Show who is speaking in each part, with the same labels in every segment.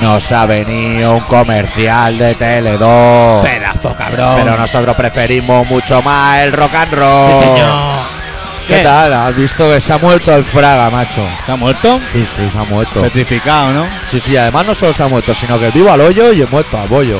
Speaker 1: nos ha venido un comercial de Tele2.
Speaker 2: Pedazo, cabrón.
Speaker 1: Pero nosotros preferimos mucho más el rock and roll.
Speaker 2: Sí, señor.
Speaker 1: ¿Qué,
Speaker 2: ¿Qué?
Speaker 1: tal? ¿Has visto que se ha muerto el Fraga, macho?
Speaker 2: ¿Está muerto?
Speaker 1: Sí, sí, se ha muerto.
Speaker 2: Petrificado, ¿no?
Speaker 1: Sí, sí, además no solo se ha muerto, sino que vivo al hoyo y he muerto al bollo.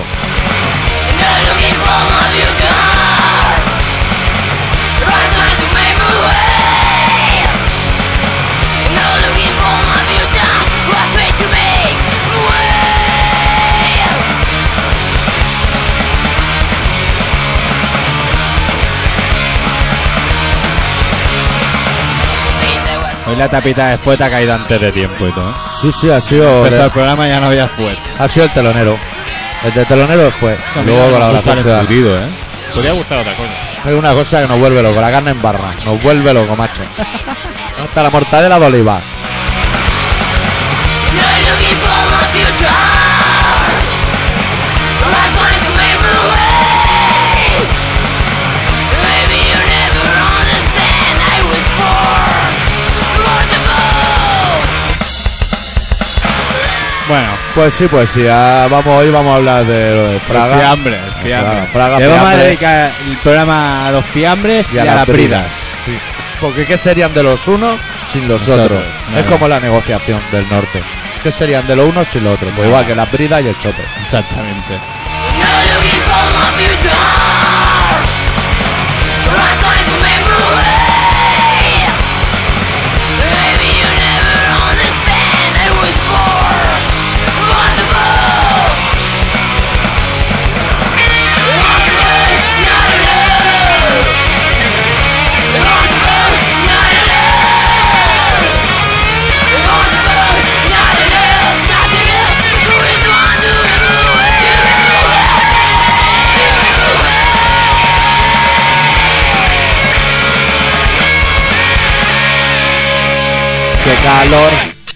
Speaker 2: Hoy la tapita después te ha caído antes de tiempo y todo. ¿eh?
Speaker 1: Sí, sí, ha sido,
Speaker 2: Respecto al programa ya no había fuerte.
Speaker 1: ha sido el telonero. El de telonero fue. Luego con la abrazo ciudadana.
Speaker 2: ¿eh?
Speaker 3: Podría gustar otra cosa.
Speaker 1: Hay una cosa que nos vuelve loco, la carne en barra. Nos vuelve loco, macho. Hasta la mortadela de oliva.
Speaker 2: Bueno,
Speaker 1: Pues sí, pues sí. ah, vamos, hoy vamos a hablar de lo de
Speaker 2: Fraga.
Speaker 1: Fraga.
Speaker 2: fiambre, el
Speaker 1: Fraga,
Speaker 2: fiambre.
Speaker 1: Fraga,
Speaker 2: Le vamos a
Speaker 1: fiambre.
Speaker 2: dedicar el programa a los fiambres y, a, las pridas.
Speaker 1: Sí. Porque ¿qué serían de los unos sin los
Speaker 2: Nosotros,
Speaker 1: otros? Es
Speaker 2: nada.
Speaker 1: como la negociación del norte. ¿Qué serían de los unos sin los otros? Pues
Speaker 2: Nada.
Speaker 1: igual que la brida y el chope.
Speaker 2: Exactamente.
Speaker 1: ¿Eh? ¡Qué calor!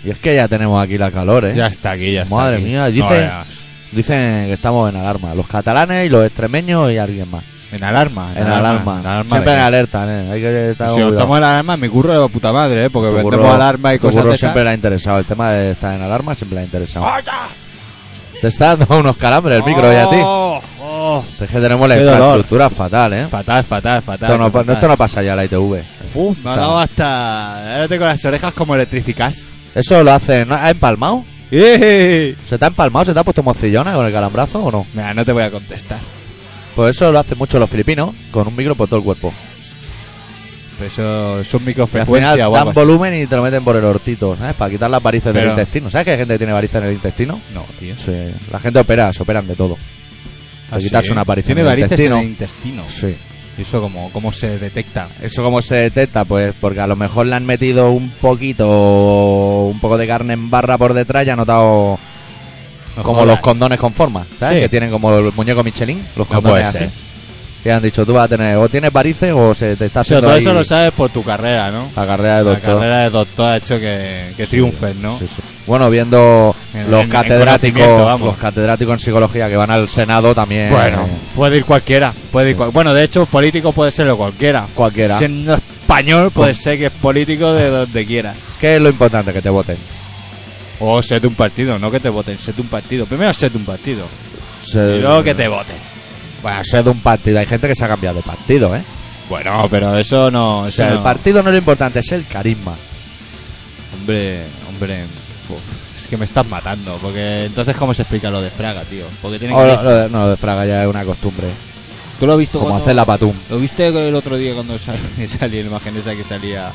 Speaker 1: Y es que ya tenemos aquí la calor, ¿eh?
Speaker 2: Ya está aquí, ya está.
Speaker 1: Madre
Speaker 2: aquí.
Speaker 1: mía,
Speaker 2: No
Speaker 1: dice-
Speaker 2: veas.
Speaker 1: Dicen que estamos en alarma. Los catalanes y los extremeños y alguien más.
Speaker 2: en alarma.
Speaker 1: En alarma. Siempre en
Speaker 2: de-
Speaker 1: alerta, ¿eh? Hay que estar con
Speaker 2: Si nos
Speaker 1: cuidado.
Speaker 2: estamos en alarma, mi curro de puta madre, ¿eh? Porque
Speaker 1: Tu
Speaker 2: vendemos
Speaker 1: curro-
Speaker 2: alarma y
Speaker 1: tu
Speaker 2: cosas
Speaker 1: curro
Speaker 2: de esas.
Speaker 1: siempre le ha interesado. El tema de estar en alarma siempre le ha interesado. Te está dando unos calambres el micro ya a ti.
Speaker 2: Oh, oh.
Speaker 1: Es que tenemos la
Speaker 2: Qué dolor.
Speaker 1: infraestructura fatal, ¿eh?
Speaker 2: Fatal, fatal, fatal.
Speaker 1: Esto no, pa-
Speaker 2: fatal.
Speaker 1: esto no pasa ya en la ITV.
Speaker 2: Uf, me ha dado hasta... Ahora tengo las orejas como electrificas.
Speaker 1: Eso lo hace. ¿no? ¿Ha empalmado?
Speaker 2: ¡Eh!
Speaker 1: ¿Se te ha empalmado? ¿Se te ha puesto mocillona con el calambrazo o no?
Speaker 2: Mira, no te voy a contestar.
Speaker 1: Pues eso lo hacen mucho los filipinos con un micro por todo el cuerpo.
Speaker 2: Pero eso es un
Speaker 1: Y al
Speaker 2: microfrecuencia
Speaker 1: final
Speaker 2: o
Speaker 1: dan
Speaker 2: algo así.
Speaker 1: volumen y te lo meten por el ortito, ¿sabes? Para quitar las varices del
Speaker 2: Pero-
Speaker 1: intestino. ¿Sabes que hay gente que tiene varices en el intestino?
Speaker 2: No, tío.
Speaker 1: Sí. La gente opera, se operan de todo. Para
Speaker 2: ¿Ah,
Speaker 1: quitarse
Speaker 2: sí?
Speaker 1: una aparición
Speaker 2: Tiene
Speaker 1: en el
Speaker 2: varices
Speaker 1: intestino.
Speaker 2: en el intestino.
Speaker 1: Sí.
Speaker 2: ¿Y eso cómo, cómo se detecta?
Speaker 1: ¿Eso cómo se detecta? Pues porque a lo mejor le han metido un poquito, un poco de carne en barra por detrás y ha notado
Speaker 2: No
Speaker 1: como
Speaker 2: jodas.
Speaker 1: los condones con forma, ¿sabes?
Speaker 2: Sí.
Speaker 1: Que tienen como el muñeco Michelin, los
Speaker 2: No
Speaker 1: condones
Speaker 2: puede
Speaker 1: así.
Speaker 2: ser.
Speaker 1: Y han dicho, tú vas a tener, o tienes varices o se te está
Speaker 2: O sea,
Speaker 1: haciendo
Speaker 2: todo eso
Speaker 1: ahí
Speaker 2: lo sabes por tu carrera, ¿no?
Speaker 1: la carrera de
Speaker 2: La
Speaker 1: doctor.
Speaker 2: carrera de doctor ha hecho que, que triunfes, ¿no?
Speaker 1: Sí, sí. Bueno, viendo
Speaker 2: En-
Speaker 1: los
Speaker 2: en- en
Speaker 1: catedráticos,
Speaker 2: conocimiento, vamos.
Speaker 1: los catedráticos en psicología que van al Senado también.
Speaker 2: Bueno, puede ir cualquiera. Puede ir
Speaker 1: Sí.
Speaker 2: cual- Bueno, de hecho, político puede serlo cualquiera.
Speaker 1: cualquiera.
Speaker 2: Siendo español, pues puedes ser que es político de donde quieras.
Speaker 1: Pues, ¿Qué es lo importante que te voten?
Speaker 2: O sé de un partido, no que te voten, sé de un partido. Primero sé de un partido
Speaker 1: Se-
Speaker 2: y luego que te voten.
Speaker 1: Bueno, ser de un partido. Hay gente que se ha cambiado de partido, ¿eh?
Speaker 2: Bueno, pero eso no.
Speaker 1: O sea, el partido no es lo importante, es el carisma.
Speaker 2: Hombre, hombre. uf, es que me estás matando. Porque entonces, ¿cómo se explica lo de Fraga, tío? Porque tiene
Speaker 1: O
Speaker 2: que.
Speaker 1: lo- lo de- no, lo de Fraga ya es una costumbre.
Speaker 2: Tú lo has visto
Speaker 1: Como
Speaker 2: cuando-
Speaker 1: hacer la patum.
Speaker 2: ¿Lo viste el otro día cuando sal- salía la imagen esa que salía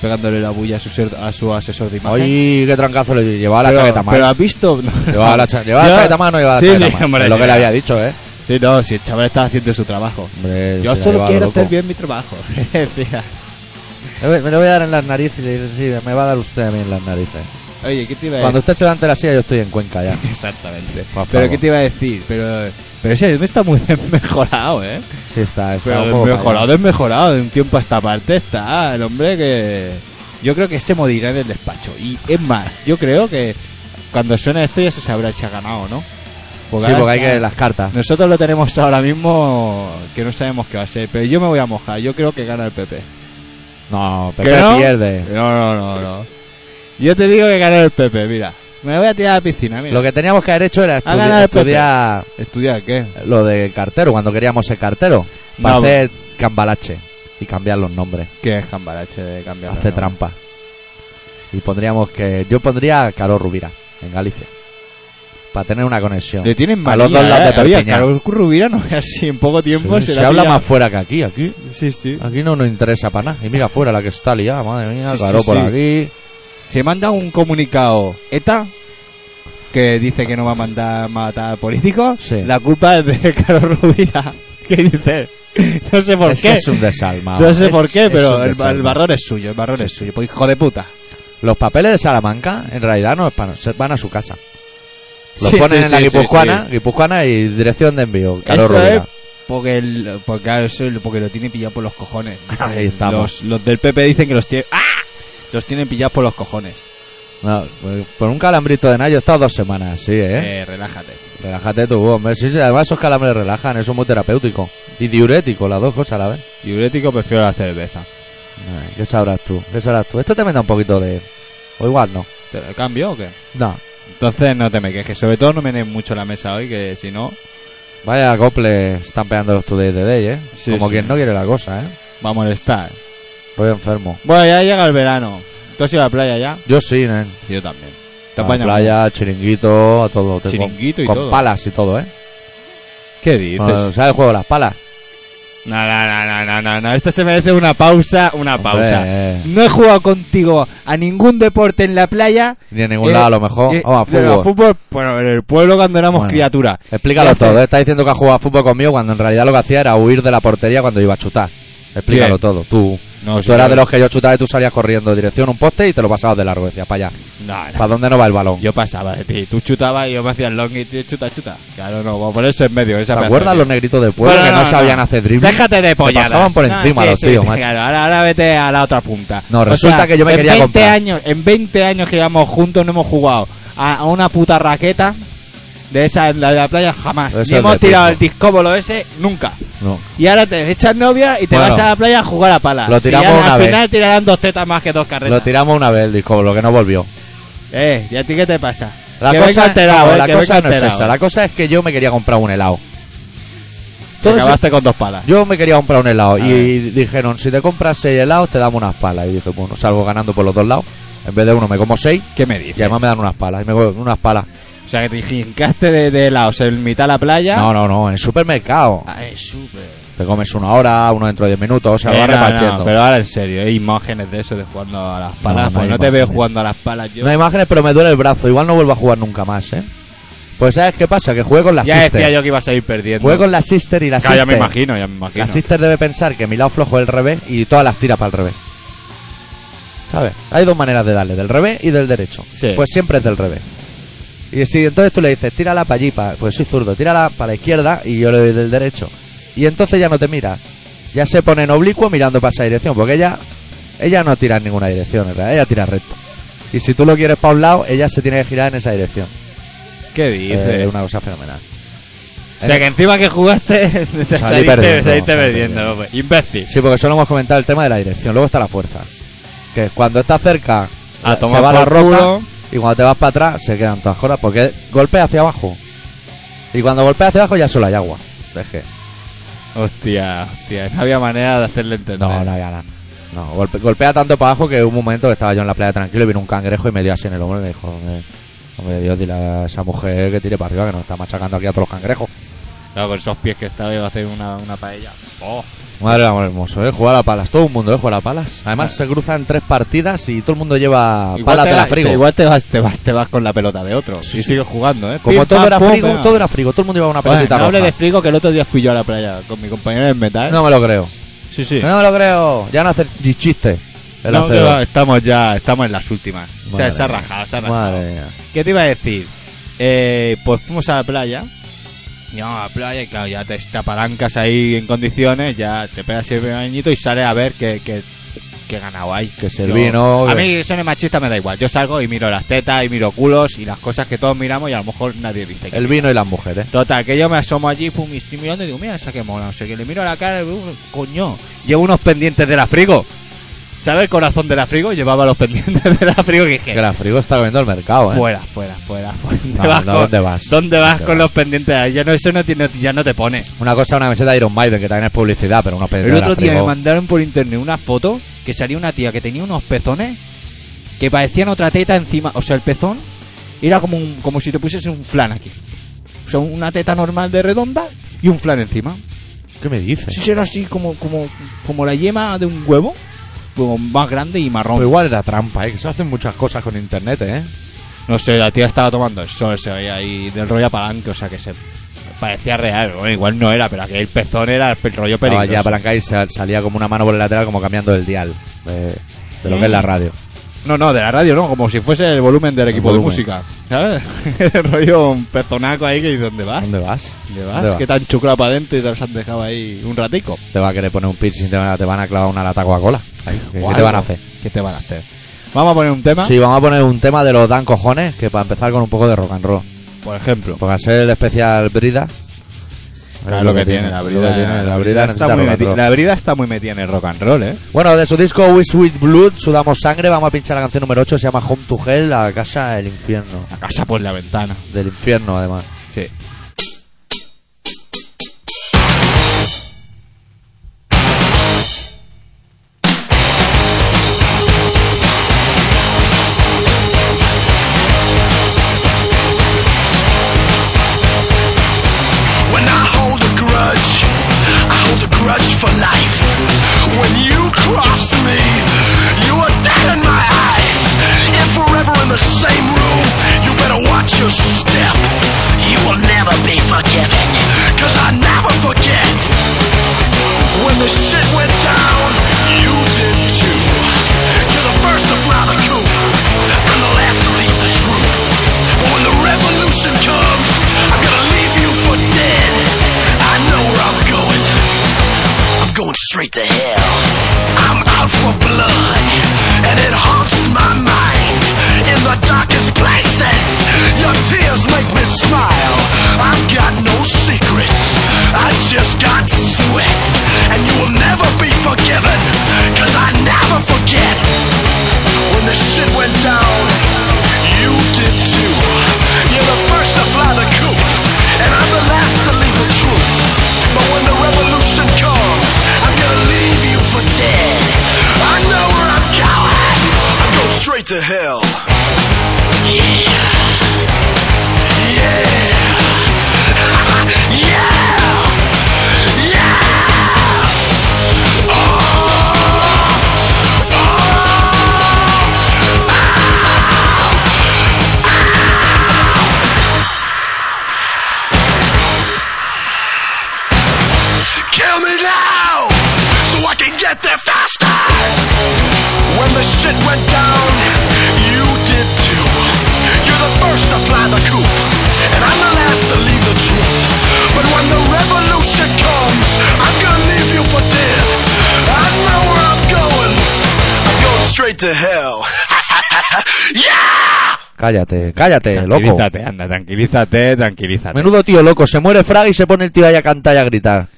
Speaker 2: pegándole la bulla a su, ser- a su asesor de imagen?
Speaker 1: Oye, qué trancazo le llevaba la
Speaker 2: pero,
Speaker 1: chaqueta mal.
Speaker 2: pero has visto.
Speaker 1: Llevaba la, cha- llevaba la
Speaker 2: Yo-
Speaker 1: chaqueta mal, no llevaba la
Speaker 2: sí,
Speaker 1: chaqueta
Speaker 2: sí,
Speaker 1: mal.
Speaker 2: hombre,
Speaker 1: es lo
Speaker 2: sí.
Speaker 1: que le había dicho, ¿eh?
Speaker 2: Sí, no, si el chaval está haciendo su trabajo.
Speaker 1: Hombre,
Speaker 2: Yo
Speaker 1: se la
Speaker 2: solo
Speaker 1: llevaba
Speaker 2: quiero
Speaker 1: loco. Eh,
Speaker 2: hacer bien mi trabajo. decía.
Speaker 1: Me me lo voy a dar en las narices y le dice, sí, me va a dar usted a mí en las narices.
Speaker 2: Oye, ¿qué te iba a
Speaker 1: Cuando
Speaker 2: decir?
Speaker 1: usted se levante de la silla, yo estoy en Cuenca ya.
Speaker 2: Exactamente.
Speaker 1: Por
Speaker 2: Pero
Speaker 1: favor.
Speaker 2: ¿qué te iba a decir? Pero, pero ese me está muy mejorado, ¿eh?
Speaker 1: Sí, está, está
Speaker 2: Pero
Speaker 1: un poco
Speaker 2: desmejorado,
Speaker 1: callado.
Speaker 2: desmejorado. De un tiempo a esta parte está el hombre que. Yo creo que este morirá en el despacho. Y es más, yo creo que cuando suene esto ya se sabrá si ha ganado, ¿no?
Speaker 1: Sí,
Speaker 2: ahora
Speaker 1: porque hay
Speaker 2: está-
Speaker 1: que las cartas.
Speaker 2: Nosotros lo tenemos ahora mismo que no sabemos qué va a ser. Pero yo me voy a mojar. Yo creo que gana el PP.
Speaker 1: No,
Speaker 2: ¿Que
Speaker 1: Pepe
Speaker 2: no?
Speaker 1: pierde.
Speaker 2: No, no, no, no. Yo te digo que gana el PP, mira. Me voy a tirar a la piscina, mira.
Speaker 1: Lo que teníamos que haber hecho era estudi-
Speaker 2: ganado el PP.
Speaker 1: estudiar
Speaker 2: ¿Estudiar qué?
Speaker 1: lo de cartero, cuando queríamos ser cartero. Para
Speaker 2: No.
Speaker 1: hacer cambalache y cambiar los nombres.
Speaker 2: ¿Qué es cambalache de cambiar?
Speaker 1: hacer
Speaker 2: ¿no?
Speaker 1: trampa. Y pondríamos que. Yo pondría a Carlos Rubira en Galicia. Para tener una conexión.
Speaker 2: Le tienen
Speaker 1: A
Speaker 2: mal
Speaker 1: los dos lados de Perpiñán.
Speaker 2: Carlos Rubira no veas si en poco tiempo
Speaker 1: Sí,
Speaker 2: se Ah.
Speaker 1: se
Speaker 2: la
Speaker 1: habla
Speaker 2: pilla-
Speaker 1: más fuera que aquí. Aquí
Speaker 2: Sí, sí.
Speaker 1: aquí no nos interesa para nada. Y mira fuera la que está liada, madre mía.
Speaker 2: Sí, sí,
Speaker 1: claro, por
Speaker 2: sí.
Speaker 1: aquí.
Speaker 2: Se manda un comunicado ETA que dice que no va a mandar matar políticos.
Speaker 1: Sí.
Speaker 2: La culpa es de Carlos Rubira. ¿Qué dice? No sé por
Speaker 1: es
Speaker 2: qué.
Speaker 1: que es un desalmado.
Speaker 2: No sé
Speaker 1: Es-
Speaker 2: por qué,
Speaker 1: es un
Speaker 2: pero el,
Speaker 1: desalmado.
Speaker 2: el barrón es suyo, el barrón es suyo. Pues hijo de puta.
Speaker 1: Los papeles de Salamanca, en realidad, no es para nosotros, van a su casa. Los
Speaker 2: Sí,
Speaker 1: ponen
Speaker 2: sí,
Speaker 1: en la
Speaker 2: sí, sí,
Speaker 1: guipuzcoana,
Speaker 2: sí.
Speaker 1: guipuzcoana y dirección de envío. Carlos
Speaker 2: Eso
Speaker 1: Rubira.
Speaker 2: es porque, el, porque, claro, eso es porque lo tiene pillado por los cojones.
Speaker 1: Ahí estamos.
Speaker 2: Los, los del PP dicen que los tiene... ¡Ah! Los tienen pillados por los cojones.
Speaker 1: No, por- por un calambrito de nayo he estado dos semanas, sí, ¿eh?
Speaker 2: Eh, relájate.
Speaker 1: Relájate tú, hombre. Sí, sí, además esos calambres relajan, eso es muy terapéutico. Y diurético, las dos cosas a la vez.
Speaker 2: Diurético prefiero la cerveza.
Speaker 1: Ay, ¿Qué sabrás tú? ¿Qué sabrás tú? Esto también da un poquito de... O igual no.
Speaker 2: ¿Te lo cambio o qué?
Speaker 1: No.
Speaker 2: Entonces no te me quejes. Sobre todo no me des mucho la mesa hoy, que si no,
Speaker 1: Vaya cople están pegando los Today de Day, ¿eh?
Speaker 2: Sí,
Speaker 1: Como
Speaker 2: sí.
Speaker 1: quien no quiere la cosa, ¿eh?
Speaker 2: va a molestar.
Speaker 1: Voy enfermo.
Speaker 2: Bueno, ya llega el verano. ¿Tú has ido a la playa ya?
Speaker 1: Yo sí, ¿eh?
Speaker 2: Yo también. ¿Te
Speaker 1: A la
Speaker 2: has bañado?
Speaker 1: playa, chiringuito, a todo. Te-
Speaker 2: Chiringuito y
Speaker 1: con,
Speaker 2: todo.
Speaker 1: Con palas y todo, ¿eh?
Speaker 2: ¿Qué dices?
Speaker 1: Con- ¿Sabes el juego de las palas?
Speaker 2: No, no, no, no, no, no, no. Esto se merece una pausa, una
Speaker 1: Hombre,
Speaker 2: pausa.
Speaker 1: eh.
Speaker 2: No he jugado contigo a ningún deporte en la playa.
Speaker 1: Ni en ningún
Speaker 2: Eh,
Speaker 1: lado, a lo mejor.
Speaker 2: eh,
Speaker 1: Vamos, Oh, a
Speaker 2: pero
Speaker 1: fútbol.
Speaker 2: bueno, en el pueblo cuando éramos
Speaker 1: Bueno.
Speaker 2: criaturas.
Speaker 1: Explícalo
Speaker 2: ¿Qué hace?
Speaker 1: todo. ¿eh? Está diciendo que ha jugado a fútbol conmigo cuando en realidad lo que hacía era huir de la portería cuando iba a chutar. Explícalo
Speaker 2: Bien.
Speaker 1: todo. Tú,
Speaker 2: No,
Speaker 1: tú
Speaker 2: sí,
Speaker 1: eras
Speaker 2: claro.
Speaker 1: de los que yo chutaba y tú salías corriendo en dirección a un poste y te lo pasabas de largo. Decías, para allá.
Speaker 2: No, no.
Speaker 1: ¿Para dónde no va el balón?
Speaker 2: Yo pasaba de ti, tú chutabas y yo me hacía el long y tú chuta, chuta. Claro, no, vamos a ponerse en medio. Esa
Speaker 1: ¿Te
Speaker 2: me
Speaker 1: acuerdas
Speaker 2: hace
Speaker 1: los
Speaker 2: bien.
Speaker 1: negritos del pueblo
Speaker 2: Bueno,
Speaker 1: que no,
Speaker 2: no,
Speaker 1: sabían
Speaker 2: no.
Speaker 1: hacer dribbling?
Speaker 2: Déjate de polladas.
Speaker 1: pasaban por
Speaker 2: No,
Speaker 1: encima
Speaker 2: sí,
Speaker 1: los
Speaker 2: sí,
Speaker 1: tíos,
Speaker 2: sí,
Speaker 1: macho.
Speaker 2: claro, ahora, ahora vete a la otra punta.
Speaker 1: No, resulta que yo me
Speaker 2: en
Speaker 1: quería
Speaker 2: 20
Speaker 1: comprar.
Speaker 2: Años, en 20 años que llevamos juntos no hemos jugado a, a una puta raqueta de esa en la de la playa jamás.
Speaker 1: Eso es
Speaker 2: Ni
Speaker 1: de
Speaker 2: hemos tirado
Speaker 1: pijo.
Speaker 2: el discóbolo ese nunca.
Speaker 1: No.
Speaker 2: Y ahora te echas novia y te
Speaker 1: Bueno,
Speaker 2: vas a la playa a jugar a pala.
Speaker 1: lo
Speaker 2: Si
Speaker 1: tiramos
Speaker 2: ahora
Speaker 1: una
Speaker 2: al
Speaker 1: vez.
Speaker 2: final tirarán dos tetas más que dos
Speaker 1: Lo
Speaker 2: carretas.
Speaker 1: tiramos una vez el disco, lo que no volvió.
Speaker 2: eh, ¿y a ti qué te pasa?
Speaker 1: La
Speaker 2: que venga
Speaker 1: cosa,
Speaker 2: alterado,
Speaker 1: no,
Speaker 2: eh,
Speaker 1: la
Speaker 2: que
Speaker 1: cosa
Speaker 2: venga
Speaker 1: no es
Speaker 2: alterado.
Speaker 1: esa. La cosa es que yo me quería comprar un helado.
Speaker 2: Te
Speaker 1: Entonces,
Speaker 2: acabaste con dos palas.
Speaker 1: yo me quería comprar un helado.
Speaker 2: A
Speaker 1: y dijeron, si te compras seis helados, te damos unas palas. Y dije, bueno, salgo ganando por los dos lados. En vez de uno me como seis.
Speaker 2: ¿Qué me dices?
Speaker 1: Y además me dan unas palas. Y me comen unas palas.
Speaker 2: O sea, que te jincaste de, de helados en mitad de la playa.
Speaker 1: No, no, no. En supermercado.
Speaker 2: Ay, súper.
Speaker 1: Te comes una hora, uno dentro de diez minutos. O sea,
Speaker 2: Eh,
Speaker 1: va
Speaker 2: no,
Speaker 1: repartiendo.
Speaker 2: no, pero ahora en serio, hay imágenes de eso de jugando a las palas.
Speaker 1: No,
Speaker 2: No,
Speaker 1: no
Speaker 2: pues
Speaker 1: hay
Speaker 2: no te veo
Speaker 1: imágenes.
Speaker 2: jugando a las palas yo.
Speaker 1: No hay imágenes, pero me duele el brazo. Igual no vuelvo a jugar nunca más, ¿eh? Pues ¿sabes qué pasa? Que juego con la
Speaker 2: ya decía
Speaker 1: sister.
Speaker 2: yo que ibas a ir perdiendo.
Speaker 1: Juego con la sister y la
Speaker 2: Claro,
Speaker 1: sister.
Speaker 2: ya me imagino, ya me imagino.
Speaker 1: La sister debe pensar que mi lado flojo es el revés y todas las tira para el revés. ¿Sabes? Hay dos maneras de darle, del revés y del derecho.
Speaker 2: Sí.
Speaker 1: Pues siempre es del revés. Y si entonces tú le dices, tírala para allí, pa- pues soy zurdo, tírala para la izquierda y yo le doy del derecho. Y entonces ya no te mira. Ya se pone en oblicuo mirando para esa dirección, porque ella ella no tira en ninguna dirección, en realidad, ella tira recto. Y si tú lo quieres para un lado, ella se tiene que girar en esa dirección.
Speaker 2: ¿Qué
Speaker 1: Eh,
Speaker 2: dices?
Speaker 1: es una cosa fenomenal.
Speaker 2: O sea, que encima que jugaste, te saliste,
Speaker 1: perdiendo,
Speaker 2: saliste
Speaker 1: salí
Speaker 2: perdiendo. pues. Imbécil.
Speaker 1: Sí, porque solo hemos comentado el tema de la dirección. Luego está la fuerza. Que cuando está cerca, eh,
Speaker 2: A
Speaker 1: se
Speaker 2: tomar
Speaker 1: va la
Speaker 2: por
Speaker 1: roca.
Speaker 2: culo.
Speaker 1: Y cuando te vas para atrás, se quedan todas jodas. Porque golpea hacia abajo. Y cuando golpea hacia abajo, ya solo hay agua. Es que.
Speaker 2: Hostia, hostia. No había manera de hacerle entender.
Speaker 1: No, no hay nada. eh, No, golpe- golpea tanto para abajo que hubo un momento que estaba yo en la playa tranquilo y vino un cangrejo y me dio así en el hombro y me dijo: Hombre, hombre, Dios, dile a esa mujer que tire para arriba que nos está machacando aquí a todos los cangrejos.
Speaker 2: No, con esos pies que estaba iba a hacer una, una paella. Oh.
Speaker 1: Madre del amor hermoso, ¿eh? Jugar a palas. Todo el mundo, ¿eh? Jugar a palas. Además, se cruzan tres partidas y todo el mundo lleva palas
Speaker 2: te
Speaker 1: de la
Speaker 2: vas-
Speaker 1: frigo.
Speaker 2: Igual te vas, te vas, te vas con la pelota de otro. y sigues jugando, ¿eh?
Speaker 1: Como
Speaker 2: Pim,
Speaker 1: todo
Speaker 2: pam,
Speaker 1: era
Speaker 2: pum,
Speaker 1: frigo,
Speaker 2: venga.
Speaker 1: todo era frigo, todo el mundo llevaba una
Speaker 2: Bueno,
Speaker 1: pelotita
Speaker 2: no hable
Speaker 1: roja.
Speaker 2: de frigo que el otro día fui yo a la playa con mi compañero en metal.
Speaker 1: No me lo creo.
Speaker 2: Sí, sí.
Speaker 1: No me lo creo. Ya no hace ni chiste el
Speaker 2: No, que
Speaker 1: hacedor.
Speaker 2: va, estamos ya, estamos en las últimas. o sea,
Speaker 1: Madre
Speaker 2: se ha
Speaker 1: mía.
Speaker 2: rajado, se ha rajado.
Speaker 1: Madre mía.
Speaker 2: ¿Qué te iba a decir? Eh, pues fuimos a la playa. No, a la playa, y claro, ya te, te apalancas ahí en condiciones, ya te pegas el bañito y sales a ver qué, qué, qué ganado hay.
Speaker 1: Que si el
Speaker 2: Yo-
Speaker 1: vino-
Speaker 2: A mí eso no es machista, me da igual. Yo salgo y miro las tetas y miro culos y las cosas que todos miramos y a lo mejor nadie dice. que
Speaker 1: El vino y las mujeres.
Speaker 2: Total, que yo me asomo allí, pum, y estoy mirando y digo, mira, esa que mola, no sé qué, le miro a la cara y digo, coño, llevo unos pendientes de la frigo. ¿Sabes el corazón de la frigo? Llevaba los pendientes de la frigo que dije,
Speaker 1: Que la frigo está comiendo el mercado, ¿eh?
Speaker 2: fuera, fuera, fuera, fuera. ¿Dónde,
Speaker 1: No,
Speaker 2: vas
Speaker 1: no,
Speaker 2: con,
Speaker 1: ¿dónde vas?
Speaker 2: ¿Dónde vas
Speaker 1: ¿Dónde
Speaker 2: con
Speaker 1: vas?
Speaker 2: los pendientes? Ya no, eso no, tiene- ya no te pone.
Speaker 1: Una cosa, una meseta de Iron Maiden, que también es publicidad, pero unos
Speaker 2: El
Speaker 1: pendientes de
Speaker 2: otro
Speaker 1: la
Speaker 2: día me
Speaker 1: frigo.
Speaker 2: mandaron por internet una foto que salía una tía que tenía unos pezones que parecían otra teta encima. O sea, el pezón era como, un- como si te pusieses un flan aquí. O sea, una teta normal de redonda y un flan encima.
Speaker 1: ¿Qué me dices?
Speaker 2: Si era así como, como, como la yema de un huevo, como más grande y marrón.
Speaker 1: Pero igual era trampa, ¿eh? Que se hacen muchas cosas con internet, ¿eh?
Speaker 2: No sé, la tía estaba tomando el sol, se veía ahí del rollo palanque, o sea que se parecía real. Bueno, igual no era, pero aquel pezón era el rollo
Speaker 1: Estaba
Speaker 2: peligroso.
Speaker 1: allí apalancada y sal- salía como una mano por el lateral, como cambiando el dial de, de lo que es
Speaker 2: Mm.
Speaker 1: la radio.
Speaker 2: No, no, de la radio no, como si fuese el volumen del
Speaker 1: El
Speaker 2: equipo de
Speaker 1: volumen.
Speaker 2: música. ¿Sabes? el rollo un pezonaco ahí que dices, ¿dónde vas?
Speaker 1: ¿Dónde vas?
Speaker 2: ¿Dónde
Speaker 1: ¿Dónde
Speaker 2: vas?
Speaker 1: vas?
Speaker 2: Que te han chuclado para adentro y te los han dejado ahí un ratico.
Speaker 1: Te va a querer poner un piercing, te van a, te van a clavar una lata Coca-Cola. Ahí, ¿Qué,
Speaker 2: O
Speaker 1: qué te van a
Speaker 2: algo.
Speaker 1: hacer?
Speaker 2: ¿Qué te van a hacer? Vamos a poner un tema,
Speaker 1: Sí, vamos a poner un tema de los dan cojones, que para empezar con un poco de rock and roll.
Speaker 2: por ejemplo.
Speaker 1: Porque al ser el especial Brida.
Speaker 2: Claro, lo que tiene, la brida.
Speaker 1: lo que tiene, la brida necesita
Speaker 2: está muy
Speaker 1: rock and
Speaker 2: meti-
Speaker 1: roll.
Speaker 2: la brida está muy metida en el rock and roll, ¿eh?
Speaker 1: Bueno, de su disco We Sweet Blood, Sudamos Sangre, vamos a pinchar la canción número 8, se llama Home to Hell, la casa del infierno.
Speaker 2: La casa por la ventana.
Speaker 1: Del infierno, además.
Speaker 2: Sí.
Speaker 4: When I hold a grudge, I hold a grudge for life. When you crossed me, you were dead in my eyes. And forever in the same room, you better watch your step. You will never be forgiven, cause I never forget. When the shit went down, you did too. You're the first to fly the coop, I'm the last to leave the troop. But when the revolution comes, I'm gonna leave you for dead. I know where I'm going. I'm going straight to hell. I'm out for blood, and it haunts my mind. In the darkest places, your tears make me smile. I've got no secrets, I just got sweat. And you will never be forgiven, cause I never forget. When the shit went down, you did too. You're the first to fly the coop, and I'm the last to leave the truth. But when the revolution comes, I'm gonna leave you for dead. I know where I'm going. I'm going straight to hell. Yeah. Yeah. yeah. Yeah. Kill me now, so I can get there faster. When the shit went down, you did too. You're the first to fly the coop, and I'm the last to leave the truth. But when the revolution comes, I'm gonna leave you for dead. I know where I'm going. I'm going straight to hell. yeah!
Speaker 1: Cállate, cállate, loco.
Speaker 2: Tranquilízate, anda, tranquilízate, tranquilízate.
Speaker 1: Menudo tío loco, se muere Fraga y se pone el tío ahí a cantar y a gritar.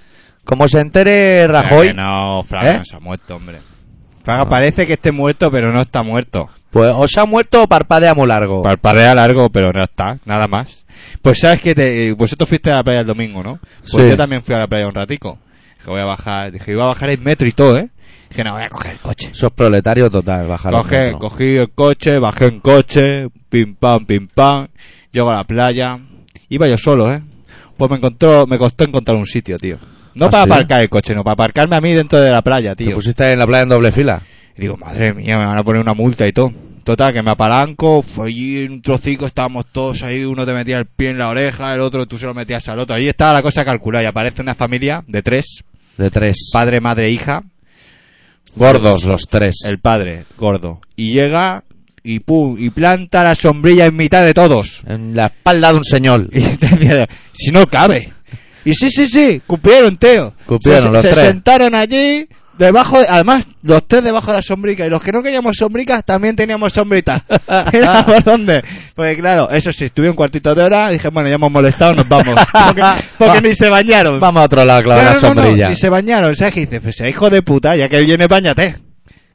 Speaker 1: Como se entere Rajoy,
Speaker 2: Que No, Fraga
Speaker 1: ¿Eh?
Speaker 2: no se ha muerto, hombre. Fraga parece que esté muerto, pero no está muerto.
Speaker 1: pues o se ha muerto o parpadea muy largo.
Speaker 2: Parpadea largo, pero no está, nada más. Pues sabes que te- vosotros fuiste a la playa el domingo, ¿no? Pues
Speaker 1: Sí.
Speaker 2: yo también fui a la playa un ratico. Que voy a bajar, dije, iba a bajar el metro y todo, ¿eh? Dije, no, voy a coger el coche.
Speaker 1: Eso es proletario total, bajar los
Speaker 2: Coge-
Speaker 1: metros.
Speaker 2: cogí el coche, bajé en coche, pim pam, pim pam, llego a la playa, iba yo solo, ¿eh? Pues me encontró, me costó encontrar un sitio, tío. No
Speaker 1: ¿Ah,
Speaker 2: para
Speaker 1: sí?
Speaker 2: aparcar el coche, no, para aparcarme a mí dentro de la playa,
Speaker 1: ¿Te
Speaker 2: tío.
Speaker 1: pusiste en la playa en doble fila?
Speaker 2: Y digo, madre mía, me van a poner una multa y todo. Total, que me apalanco, fue allí en un trocico, estábamos todos ahí, uno te metía el pie en la oreja, el otro tú se lo metías al otro. Ahí estaba la cosa calculada y aparece una familia de tres,
Speaker 1: De tres.
Speaker 2: padre, madre, hija,
Speaker 1: Gordos los tres.
Speaker 2: el padre, gordo. Y llega y pum, y planta la sombrilla en mitad de todos.
Speaker 1: En la espalda de un señor.
Speaker 2: Y te decía, si no cabe. Y sí, sí, sí, cumplieron, tío.
Speaker 1: Cumplieron
Speaker 2: se,
Speaker 1: los
Speaker 2: se
Speaker 1: tres.
Speaker 2: sentaron allí, debajo, de- además, los tres debajo de la sombrica. Y los que no queríamos sombricas también teníamos sombritas. Mira por dónde. Porque claro, eso sí, estuve un cuartito de hora, dije, bueno, ya hemos molestado, nos vamos. Porque, porque ni se bañaron.
Speaker 1: Vamos a otro lado a clavar
Speaker 2: Claro,
Speaker 1: la
Speaker 2: no, no,
Speaker 1: sombrilla.
Speaker 2: y se bañaron, ¿sabes? Que dices, pues hijo de puta, ya que viene, bañate.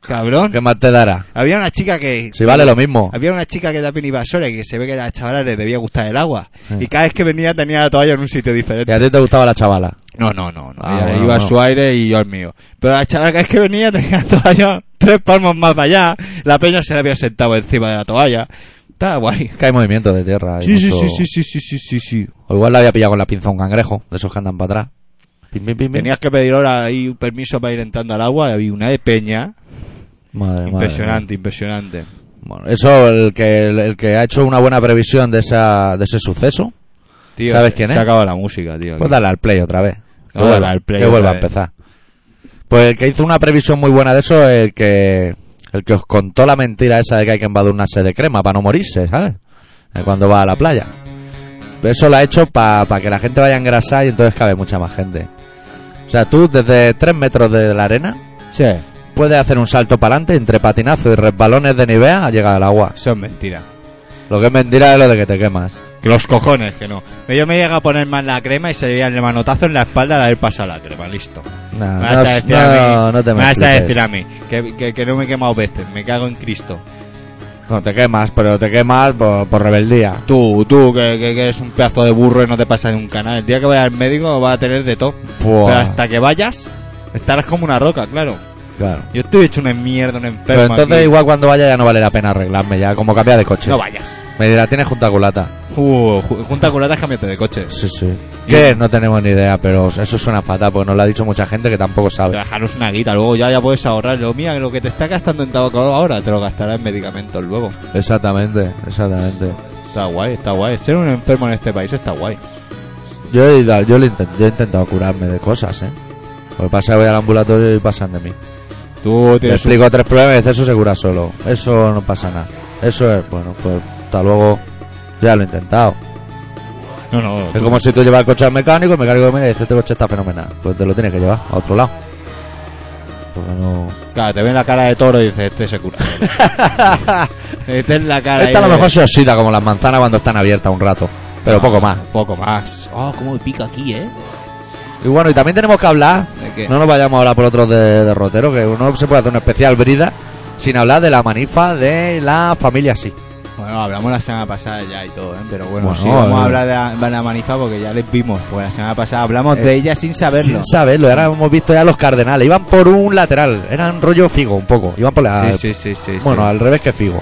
Speaker 2: Cabrón.
Speaker 1: ¿Qué más te dará?
Speaker 2: Había una chica que.
Speaker 1: Si vale lo mismo.
Speaker 2: Había una chica que también iba sola y que se ve que a las chavalas les debía gustar el agua.
Speaker 1: Sí.
Speaker 2: Y cada vez que venía tenía la toalla en un sitio
Speaker 1: Que
Speaker 2: diferente.
Speaker 1: a ti te gustaba la chavala.
Speaker 2: No, no, no. no.
Speaker 1: Ah,
Speaker 2: Ella
Speaker 1: bueno,
Speaker 2: iba
Speaker 1: no.
Speaker 2: a su aire y yo al mío. Pero la chavala cada vez que venía tenía la toalla tres palmos más para allá. La peña se la había sentado encima de la toalla. Estaba guay.
Speaker 1: Es que hay movimiento de tierra. hay
Speaker 2: Sí, sí,
Speaker 1: mucho-
Speaker 2: sí, sí, sí, sí, sí, sí, sí.
Speaker 1: O igual la había pillado con la pinza un cangrejo, de esos que andan para atrás. Pim, pim, pim, pim.
Speaker 2: Tenías que pedir ahora ahí un permiso para ir entrando al agua. y Había una de peña.
Speaker 1: Madre, madre,
Speaker 2: Impresionante, impresionante.
Speaker 1: madre. Bueno, eso, el que, el, el que ha hecho una buena previsión de, esa, de ese suceso,
Speaker 2: Tío,
Speaker 1: ¿Sabes quién
Speaker 2: se
Speaker 1: es?
Speaker 2: ha acabado la música, tío.
Speaker 1: pues dale al play otra vez. Que
Speaker 2: Vamos a
Speaker 1: vuelva-
Speaker 2: dar Ah, al play
Speaker 1: que
Speaker 2: otra
Speaker 1: vuelva a
Speaker 2: vez.
Speaker 1: empezar. Pues el que hizo una previsión muy buena de eso es el que, el que os contó la mentira esa de que hay que embalar una sed de crema para no morirse, ¿sabes? Eh, Cuando va a la playa. Eso lo ha hecho para que la gente vaya a engrasar y entonces cabe mucha más gente. O sea, tú desde 3 metros de la arena
Speaker 2: Sí.
Speaker 1: Puedes hacer un salto para adelante entre patinazo y resbalones de Nivea a llegar al agua.
Speaker 2: Son mentiras.
Speaker 1: Lo que es mentira es lo de que te quemas.
Speaker 2: Que Los cojones, que no. Yo me llega a poner más la crema y se le veía el manotazo en la espalda de haber pasado la crema, listo.
Speaker 1: No,
Speaker 2: Me
Speaker 1: Ah, no,
Speaker 2: vas a decir
Speaker 1: no,
Speaker 2: a mí,
Speaker 1: no te
Speaker 2: me vas a
Speaker 1: mezcles.
Speaker 2: decir a mí que, que, que no me he quemado veces, me cago en Cristo.
Speaker 1: No te quemas, pero te quemas por, por rebeldía.
Speaker 2: Tú, tú, que, que- que eres un pedazo de burro y no te pasas de un canal. El día que vayas al médico vas a tener de todo.
Speaker 1: Buah.
Speaker 2: Pero hasta que vayas, estarás como una roca, claro.
Speaker 1: Claro.
Speaker 2: Yo estoy hecho una mierda, un enfermo.
Speaker 1: Pero entonces
Speaker 2: aquí.
Speaker 1: igual cuando vaya ya no vale la pena arreglarme ya, como cambiar de coche.
Speaker 2: No vayas.
Speaker 1: Me dirá, tienes junta culata.
Speaker 2: Uh, ju- junta culatas, cámbiate de coche.
Speaker 1: Sí, sí. ¿Qué? No tenemos ni idea, pero eso suena fatal, porque nos lo ha dicho mucha gente que tampoco
Speaker 2: Te
Speaker 1: sabe.
Speaker 2: bajaros una guita, luego ya, ya puedes ahorrar. Lo mía, lo que te está gastando en tabaco ahora te lo gastarás en medicamentos luego.
Speaker 1: Exactamente, exactamente.
Speaker 2: Está guay, está guay. Ser un enfermo en este país está guay.
Speaker 1: Yo he, ido- yo, lo he intent- yo he intentado curarme de cosas, ¿eh? Lo que pasa es que voy al ambulatorio y pasan de mí.
Speaker 2: Tú
Speaker 1: Le
Speaker 2: tienes un...
Speaker 1: explico tres problemas y dice, eso se cura solo. Eso no pasa nada. Eso es, bueno, pues hasta luego. Ya lo he intentado.
Speaker 2: No, no,
Speaker 1: Es como si tú llevas el coche al mecánico, el mecánico mira y dice, este coche está fenomenal. Pues te lo tienes que llevar a otro lado. Porque no...
Speaker 2: Claro, te ven la cara de toro y dices, este se cura. Esta es la cara
Speaker 1: Esta Este a
Speaker 2: ahí
Speaker 1: lo
Speaker 2: de-
Speaker 1: mejor se oxida como las manzanas cuando están abiertas un rato. Pero poco más.
Speaker 2: "Ah, Poco más.
Speaker 5: Oh, cómo me pica aquí, ¿eh?
Speaker 1: Y bueno, y también tenemos que hablar.
Speaker 2: ¿De qué?
Speaker 1: No nos vayamos ahora por otros de- derroteros, que uno se puede hacer un especial brida sin hablar de la manifa de la familia sí.
Speaker 2: Bueno, hablamos la semana pasada ya y todo, ¿eh? Pero bueno,
Speaker 1: Bueno,
Speaker 2: sí, vamos
Speaker 1: eh.
Speaker 2: a hablar de la, de la manifa porque ya les vimos. Pues la semana pasada hablamos de ella sin saberlo.
Speaker 1: Eh, Sin saberlo, ahora hemos visto ya los cardenales. Iban por un lateral, eran rollo figo un poco. Iban por la.
Speaker 2: sí, sí, sí, sí,
Speaker 1: bueno,
Speaker 2: sí. Oh.
Speaker 1: al revés que figo.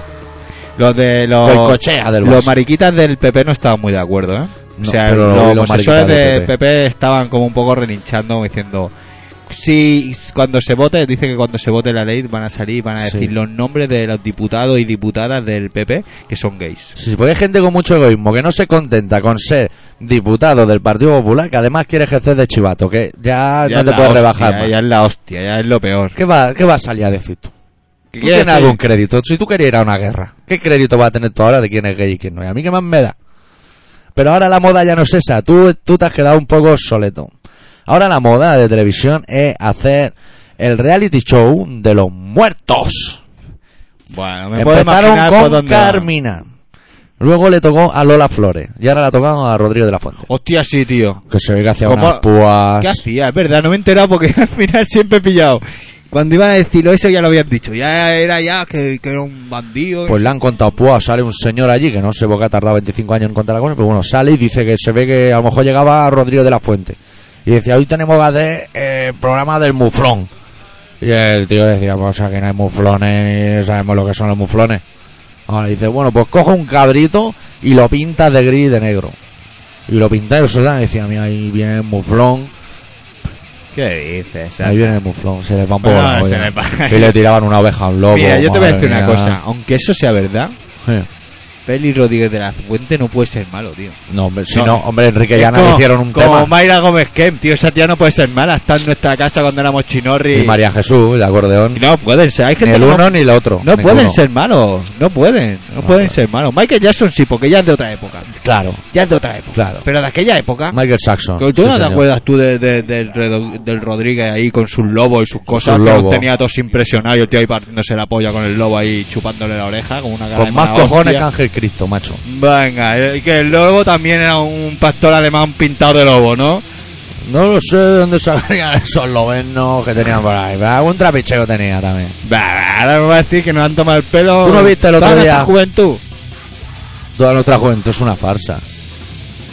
Speaker 2: Los de los...
Speaker 1: Pues cochea del
Speaker 2: Los
Speaker 1: Barça.
Speaker 2: mariquitas del PP no estaban muy de acuerdo, ¿eh?
Speaker 1: No,
Speaker 2: o sea,
Speaker 1: pero lo vi
Speaker 2: los
Speaker 1: los
Speaker 2: homosexuales
Speaker 1: mariquitas del
Speaker 2: del PP. estaban como un poco relinchando, como diciendo... Si cuando se vote, dice que cuando se vote la ley van a salir, y van a
Speaker 1: Sí.
Speaker 2: decir los nombres de los diputados y diputadas del PP que son gays.
Speaker 1: Sí, porque hay gente con mucho egoísmo que no se contenta con ser diputado del Partido Popular, que además quiere ejercer de chivato, que ya, Ah,
Speaker 2: Ya
Speaker 1: no
Speaker 2: es
Speaker 1: te
Speaker 2: la
Speaker 1: puedes
Speaker 2: hostia,
Speaker 1: rebajar. más.
Speaker 2: Ya es la hostia, ya es lo peor.
Speaker 1: ¿Qué, va, ¿Qué va a salir a decir tú?
Speaker 2: ¿Qué
Speaker 1: ¿Tú
Speaker 2: quieres
Speaker 1: tienes
Speaker 2: decir?
Speaker 1: algún crédito? Si tú querías ir a una guerra, ¿qué crédito vas a tener tú ahora de quién es gay y quién no? Y a mí qué más me da. Pero ahora la moda ya no es esa. Tú, tú te has quedado un poco soleto. Ahora la moda de televisión es hacer el reality show de los muertos.
Speaker 2: Bueno, me puedo
Speaker 1: Empezaron
Speaker 2: imaginar por
Speaker 1: con
Speaker 2: dónde va.
Speaker 1: Carmina. Luego le tocó a Lola Flores. Y ahora la tocamos a Rodrigo de la Fuente.
Speaker 2: Hostia, sí, tío.
Speaker 1: Que se ve que hacía
Speaker 2: ¿Cómo?
Speaker 1: unas púas.
Speaker 2: ¿Qué hacía? Es verdad, no me he enterado porque al final siempre he pillado. Cuando iban a decirlo eso ya lo habían dicho. Ya era ya que, que era un bandido.
Speaker 1: Pues le han contado púas. Sale un señor allí que no sé por qué ha tardado 25 años en contar la cosa. Pero bueno, sale y dice que se ve que a lo mejor llegaba Rodrigo de la Fuente. Y decía, hoy tenemos que hacer eh, programa del muflón. Y el tío decía, pues aquí no hay muflones, ni sabemos lo que son los muflones. Ahora dice, bueno, pues coge un cabrito y lo pintas de gris y de negro. Y lo pintaron, se y decía, mira, ahí viene el muflón,
Speaker 2: ¿Qué dices?
Speaker 1: ahí viene el muflón, se le va un poco
Speaker 2: Bueno,
Speaker 1: la
Speaker 2: se
Speaker 1: olla.
Speaker 2: le va.
Speaker 1: Y le tiraban una oveja a un lobo.
Speaker 2: Mira, yo te voy a
Speaker 1: madre
Speaker 2: decir una
Speaker 1: mía.
Speaker 2: cosa. Aunque eso sea verdad,
Speaker 1: Sí.
Speaker 2: Félix Rodríguez de la Fuente no puede ser malo, tío.
Speaker 1: No, hombre, si
Speaker 2: No.
Speaker 1: no, hombre, Enrique
Speaker 2: Es
Speaker 1: Llana
Speaker 2: como-
Speaker 1: hicieron un
Speaker 2: como
Speaker 1: tema.
Speaker 2: Mayra Gómez Kemp, tío. Esa tía no puede ser mala. Está en nuestra casa cuando éramos chinorri.
Speaker 1: Y María Jesús, el acordeón.
Speaker 2: No pueden ser. Hay
Speaker 1: Ni
Speaker 2: gente
Speaker 1: el
Speaker 2: que no-
Speaker 1: uno ni el otro.
Speaker 2: No
Speaker 1: ninguno.
Speaker 2: pueden ser malos, no pueden, no,
Speaker 1: No,
Speaker 2: pueden
Speaker 1: claro.
Speaker 2: ser malos. Michael Jackson sí, porque ya es de otra época.
Speaker 1: Claro,
Speaker 2: Ya es de otra época.
Speaker 1: Claro.
Speaker 2: Pero de aquella época.
Speaker 1: Michael Jackson.
Speaker 2: ¿Tú
Speaker 1: Ah, sí,
Speaker 2: no te
Speaker 1: señor.
Speaker 2: acuerdas tú de- de- del, Redo- del Rodríguez ahí con sus lobos y sus cosas?
Speaker 1: Sus
Speaker 2: que los
Speaker 1: lobos.
Speaker 2: tenía todos impresionados y el tío ahí partiéndose la polla con el lobo ahí chupándole la oreja con una cara de
Speaker 1: Con más
Speaker 2: mala
Speaker 1: cojones que
Speaker 2: hostia.
Speaker 1: Ángel Cristo, macho.
Speaker 2: Venga, eh, que el lobo también era un pastor alemán pintado de lobo, ¿no?
Speaker 1: No lo sé de dónde salían esos lobenos que tenían por ahí. Pero algún trapicheo tenía también.
Speaker 2: Bah, Ahora me va a decir que nos han tomado el pelo.
Speaker 1: ¿Tú no viste el otro
Speaker 2: toda
Speaker 1: día?
Speaker 2: nuestra juventud.
Speaker 1: Toda nuestra juventud es una farsa.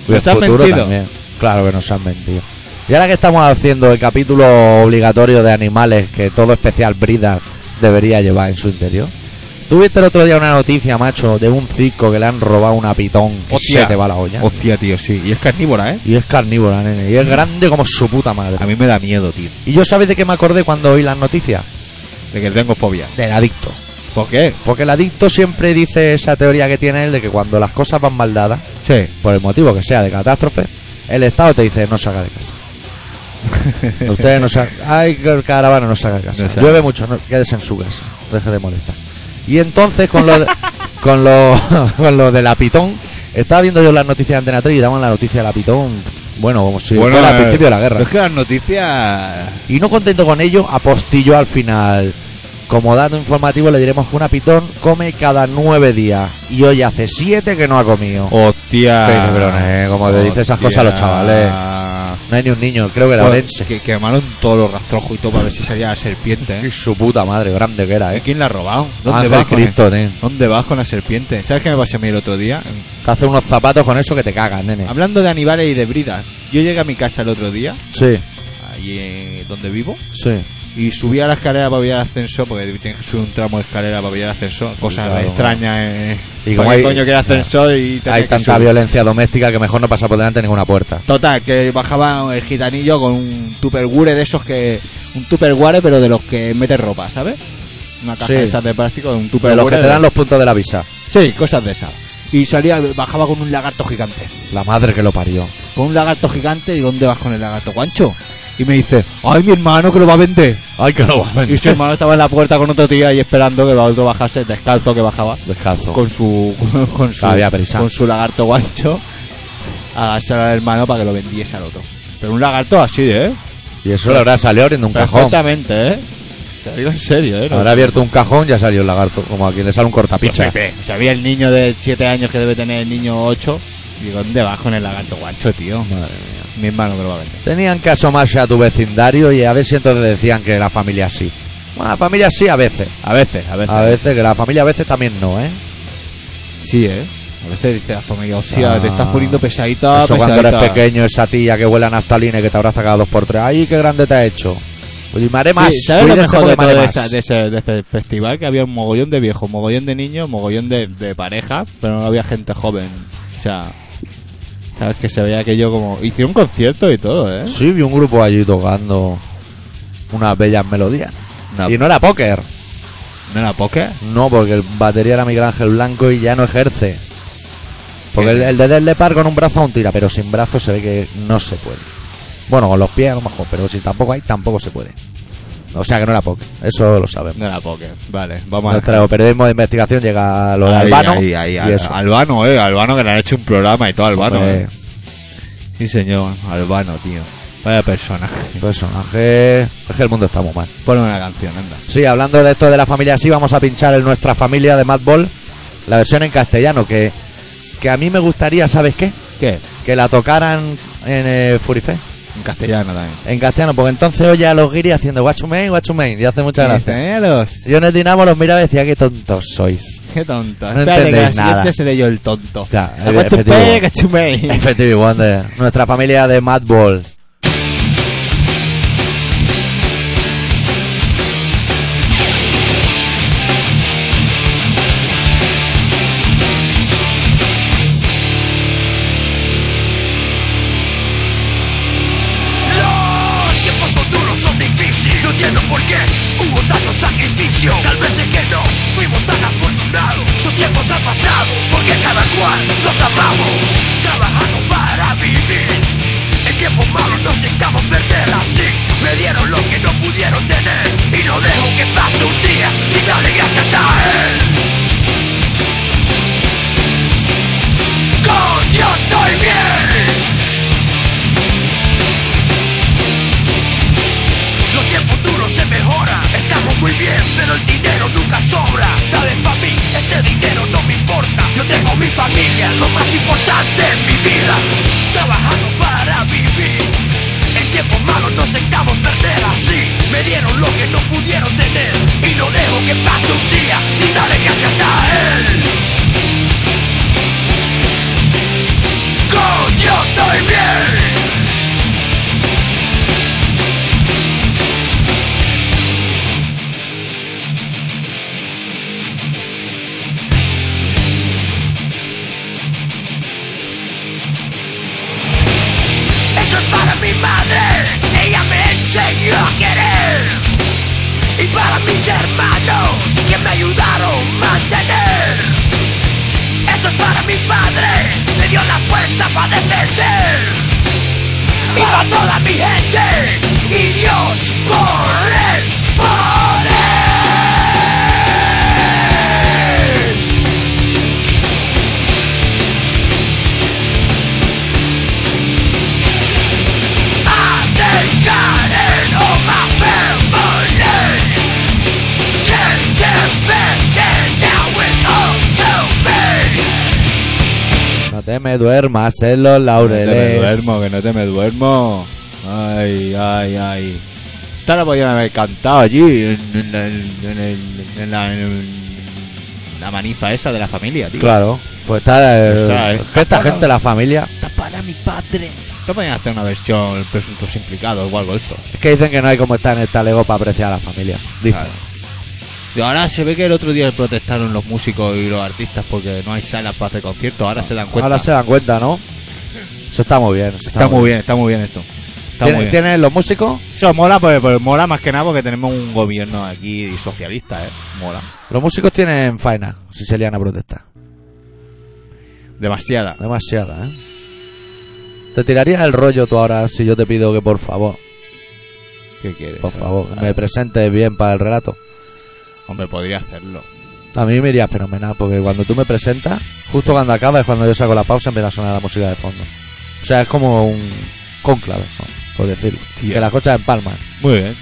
Speaker 1: Y
Speaker 2: Nos
Speaker 1: el
Speaker 2: han
Speaker 1: futuro
Speaker 2: mentido.
Speaker 1: también. Claro que nos han mentido. Y ahora que estamos haciendo el capítulo obligatorio de animales que todo especial brida debería llevar en su interior. Tuviste el otro día una noticia, macho, de un circo que le han robado una pitón. que
Speaker 2: Hostia.
Speaker 1: se te va la olla.
Speaker 2: Hostia, tío, sí. Y es carnívora, ¿eh?
Speaker 1: Y es carnívora, nene. Y es grande como su puta madre.
Speaker 2: A mí me da miedo, tío.
Speaker 1: Y yo sabes de qué me acordé cuando oí las noticias.
Speaker 2: De que tengo fobia.
Speaker 1: Del adicto.
Speaker 2: ¿Por qué?
Speaker 1: Porque el adicto siempre dice esa teoría que tiene él de que cuando las cosas van mal dadas,
Speaker 2: Sí.
Speaker 1: por el motivo que sea de catástrofe, el Estado te dice no salga de casa. Ustedes no salgan. Ay, que caravana, no salga de casa.
Speaker 2: No salga.
Speaker 1: Llueve mucho, no, quédese en su casa. Deje de molestar. Y entonces con lo de, con lo, con lo de la pitón, estaba viendo yo las noticias de Antena 3 y daban la noticia de la pitón. Bueno, como si fuera al
Speaker 2: eh,
Speaker 1: principio de la guerra.
Speaker 2: Es que las noticias.
Speaker 1: Y no contento con ello, apostilló al final. Como dato informativo le diremos que una pitón come cada nueve días y hoy hace siete que no ha comido.
Speaker 2: Oh. Hostia.
Speaker 1: Qué cabrón, eh, como te dice esas cosas a los chavales. No hay ni un niño, creo que era
Speaker 2: Bueno,
Speaker 1: Orense.
Speaker 2: que quemaron todos los rastrojos y todo para ver si salía la serpiente,
Speaker 1: Y
Speaker 2: ¿eh?
Speaker 1: su puta madre, grande que era,
Speaker 2: ¿Eh?
Speaker 1: eh.
Speaker 2: ¿Quién la ha robado? ¿Dónde
Speaker 1: Ángel
Speaker 2: vas con el-
Speaker 1: Cristo, nen.
Speaker 2: ¿Dónde vas con la serpiente? ¿Sabes qué me pasó a mí el otro día?
Speaker 1: Te hace unos zapatos con eso que te cagan, nene.
Speaker 2: Hablando de animales y de bridas, yo llegué a mi casa el otro día,
Speaker 1: Sí,
Speaker 2: ahí eh, donde vivo,
Speaker 1: sí.
Speaker 2: y subí a la escalera para ver el ascensor, porque tienes que subir un tramo de escalera para ver el ascensor, cosa
Speaker 1: claro,
Speaker 2: extraña. Eh,
Speaker 1: Y
Speaker 2: ¿Y
Speaker 1: como hay-
Speaker 2: coño que era ascensor y tenías
Speaker 1: Hay
Speaker 2: que
Speaker 1: tanta
Speaker 2: subir.
Speaker 1: violencia doméstica que mejor no pasa por delante ninguna puerta.
Speaker 2: Total, que bajaba el gitanillo con un tupperware de esos que... Un tupperware pero de los que mete ropa, ¿sabes? Una caja
Speaker 1: Sí.
Speaker 2: de esas de plástico, un
Speaker 1: Pero
Speaker 2: tupperware...
Speaker 1: los que te
Speaker 2: de-
Speaker 1: dan los puntos de la visa.
Speaker 2: Sí, cosas de esas. Y salía, bajaba con un lagarto gigante.
Speaker 1: La madre que lo parió.
Speaker 2: con un lagarto gigante. ¿Y dónde vas con el lagarto, Guancho? Y me dice, ay, mi hermano que lo va a vender.
Speaker 1: Ay, que lo
Speaker 2: Y su hermano estaba en la puerta con otro tío ahí esperando que el otro bajase, descalzo que bajaba,
Speaker 1: Descalzo.
Speaker 2: con su, con su,
Speaker 1: Había prisa.
Speaker 2: con su lagarto guancho, a al hermano para que lo vendiese al otro. Pero un lagarto así, ¿eh?
Speaker 1: Y eso le habrá salido abriendo un cajón.
Speaker 2: Perfectamente, ¿eh? Te digo en serio, ¿eh? No-
Speaker 1: Habrá abierto un cajón ya salió el lagarto. Como a quien le sale un cortapicha.
Speaker 2: Pepe, Sabía el niño de 7 años que debe tener el niño 8. Digo, ¿dónde vas con el lagarto guancho, tío? Mi hermano que lo va a vender.
Speaker 1: Tenían que asomarse a tu vecindario y a ver si entonces decían que la familia sí. Bueno, la familia sí a veces.
Speaker 2: A veces, a veces.
Speaker 1: A veces, que la familia a veces también no, ¿eh?
Speaker 2: Sí, ¿eh? A veces dice la familia, hostia,
Speaker 1: Ah.
Speaker 2: te estás poniendo pesadita,
Speaker 1: Eso cuando
Speaker 2: pesadita.
Speaker 1: eres pequeño, esa tía que huele a naftalina y que te abraza cada dos por tres. ¡Ay, qué grande te ha hecho! Limaré
Speaker 2: Sí,
Speaker 1: más.
Speaker 2: ¿Sabes lo
Speaker 1: cuídense
Speaker 2: mejor
Speaker 1: porque
Speaker 2: de todo
Speaker 1: limaré
Speaker 2: de,
Speaker 1: más.
Speaker 2: esa- de ese, de ese festival? Que había un mogollón de viejos, mogollón de niños, mogollón de, de parejas, pero no había gente joven. O sea, sabes que se veía aquello como... Hicieron un concierto y todo, ¿eh?
Speaker 1: Sí, vi un grupo allí tocando unas bellas melodías.
Speaker 2: No.
Speaker 1: Y no era póker.
Speaker 2: ¿No era poker?
Speaker 1: No, porque el batería era Miguel Ángel Blanco y ya no ejerce. Porque el, el de Del Lepar con un brazo aún tira, pero sin brazo se ve que no se puede. Bueno, con los pies a lo mejor, pero si tampoco hay, tampoco se puede. O sea que no era poker, eso lo sabemos.
Speaker 2: No era poker. Vale, vamos a...
Speaker 1: Nuestro periodismo de investigación llega a lo de
Speaker 2: Ahí,
Speaker 1: Albano.
Speaker 2: ahí, ahí,
Speaker 1: y
Speaker 2: al-
Speaker 1: eso.
Speaker 2: Albano, eh, Albano que le han hecho un programa y todo, Albano,
Speaker 1: Hombre,
Speaker 2: eh. Sí, señor, Albano, tío. Vaya persona.
Speaker 1: personaje. pues Es que el mundo está muy mal.
Speaker 2: Ponme una canción, anda.
Speaker 1: Sí, hablando de esto de la familia, sí, vamos a pinchar en nuestra familia de Madball. La versión en castellano, que, que a mí me gustaría, ¿sabes qué?
Speaker 2: ¿Qué?
Speaker 1: Que la tocaran en eh, Furife.
Speaker 2: En castellano también.
Speaker 1: En castellano, porque entonces oye a los guiris haciendo Watch Main, Watch Main, y hace mucha gracia.
Speaker 2: Teneros.
Speaker 1: Yo en el Dinamo los miraba y decía, qué tontos sois.
Speaker 2: Qué tonto.
Speaker 1: No
Speaker 2: Espérate que la
Speaker 1: entendéis
Speaker 2: siguiente
Speaker 1: nada.
Speaker 2: seré yo el tonto. Ah, pues
Speaker 1: Claro,
Speaker 2: La guachupé,
Speaker 1: efectivo.
Speaker 2: cachumé.
Speaker 1: FTV Wonder, nuestra familia de Madball.
Speaker 4: Los tiempos son duros, son difíciles. No entiendo por qué hubo tanto sacrificio. Tal vez es que no fuimos tan afortunados. Sus tiempos han pasado porque cada cual los amamos. Trabajando para vivir. En tiempos malos nos dejamos perder así. Me dieron lo que no pudieron tener. Y no dejo que pase un día sin darle gracias a él. Con Dios estoy bien. Los tiempos duros se mejoran, estamos muy bien, pero el dinero nunca sobra. ¿Sabes, papi? Ese dinero no me importa. Yo tengo mi familia, lo más importante en mi vida. Trabajando para vivir. En tiempos malos nos sentamos perder así. Me dieron lo que no pudieron tener y no dejo que pase un día sin darle gracias a él. Con Dios estoy bien. Esto es para mi madre, ella me enseñó a querer. Y para mis hermanos que me ayudaron a mantener. Esto es para mi padre, me dio la fuerza para defender. Y para toda mi gente, y Dios por él, por él. I think God and all my family did their best, and now it's up to me.
Speaker 1: No te me duermas en los
Speaker 2: Que
Speaker 1: laureles.
Speaker 2: no te me duermo, que no te me duermo. Ay, ay, ay. Esta la podían haber cantado allí en, en la- en el- en la, en la manifa esa de la familia, tío.
Speaker 1: Claro. Pues está. eh,
Speaker 2: O sea, eh.
Speaker 1: que esta gente, la familia.
Speaker 2: Esta para mi padre. Esto podían hacer una versión presuntos implicados o algo de esto.
Speaker 1: Es que dicen que no hay como estar en el talego para apreciar a la familia. Dicen.
Speaker 2: Claro. Y ahora se ve que el otro día protestaron los músicos y los artistas porque no hay salas para hacer conciertos. Ahora se dan cuenta.
Speaker 1: Ahora se dan cuenta, ¿no? Eso está muy bien. eso
Speaker 2: Está muy bien, está muy bien esto. Está
Speaker 1: ¿Tiene-
Speaker 2: muy bien.
Speaker 1: ¿Tienen los músicos?
Speaker 2: Eso mola, porque, porque mola más que nada porque tenemos un gobierno aquí socialista, ¿eh? Mola.
Speaker 1: Los músicos tienen faena si se lían a protestar.
Speaker 2: Demasiada.
Speaker 1: Demasiada, ¿eh? ¿Te tirarías el rollo tú ahora si yo te pido que por favor,
Speaker 2: ¿Qué quieres?
Speaker 1: por favor,
Speaker 2: Claro.
Speaker 1: me presentes bien para el relato?
Speaker 2: Hombre, podría hacerlo.
Speaker 1: A mí me iría fenomenal porque cuando tú me presentas, justo cuando acaba es cuando yo saco la pausa y empieza a sonar la música de fondo. O sea, es como un conclave, ¿no? por decirlo. Que las cosas empalman.
Speaker 2: Muy bien.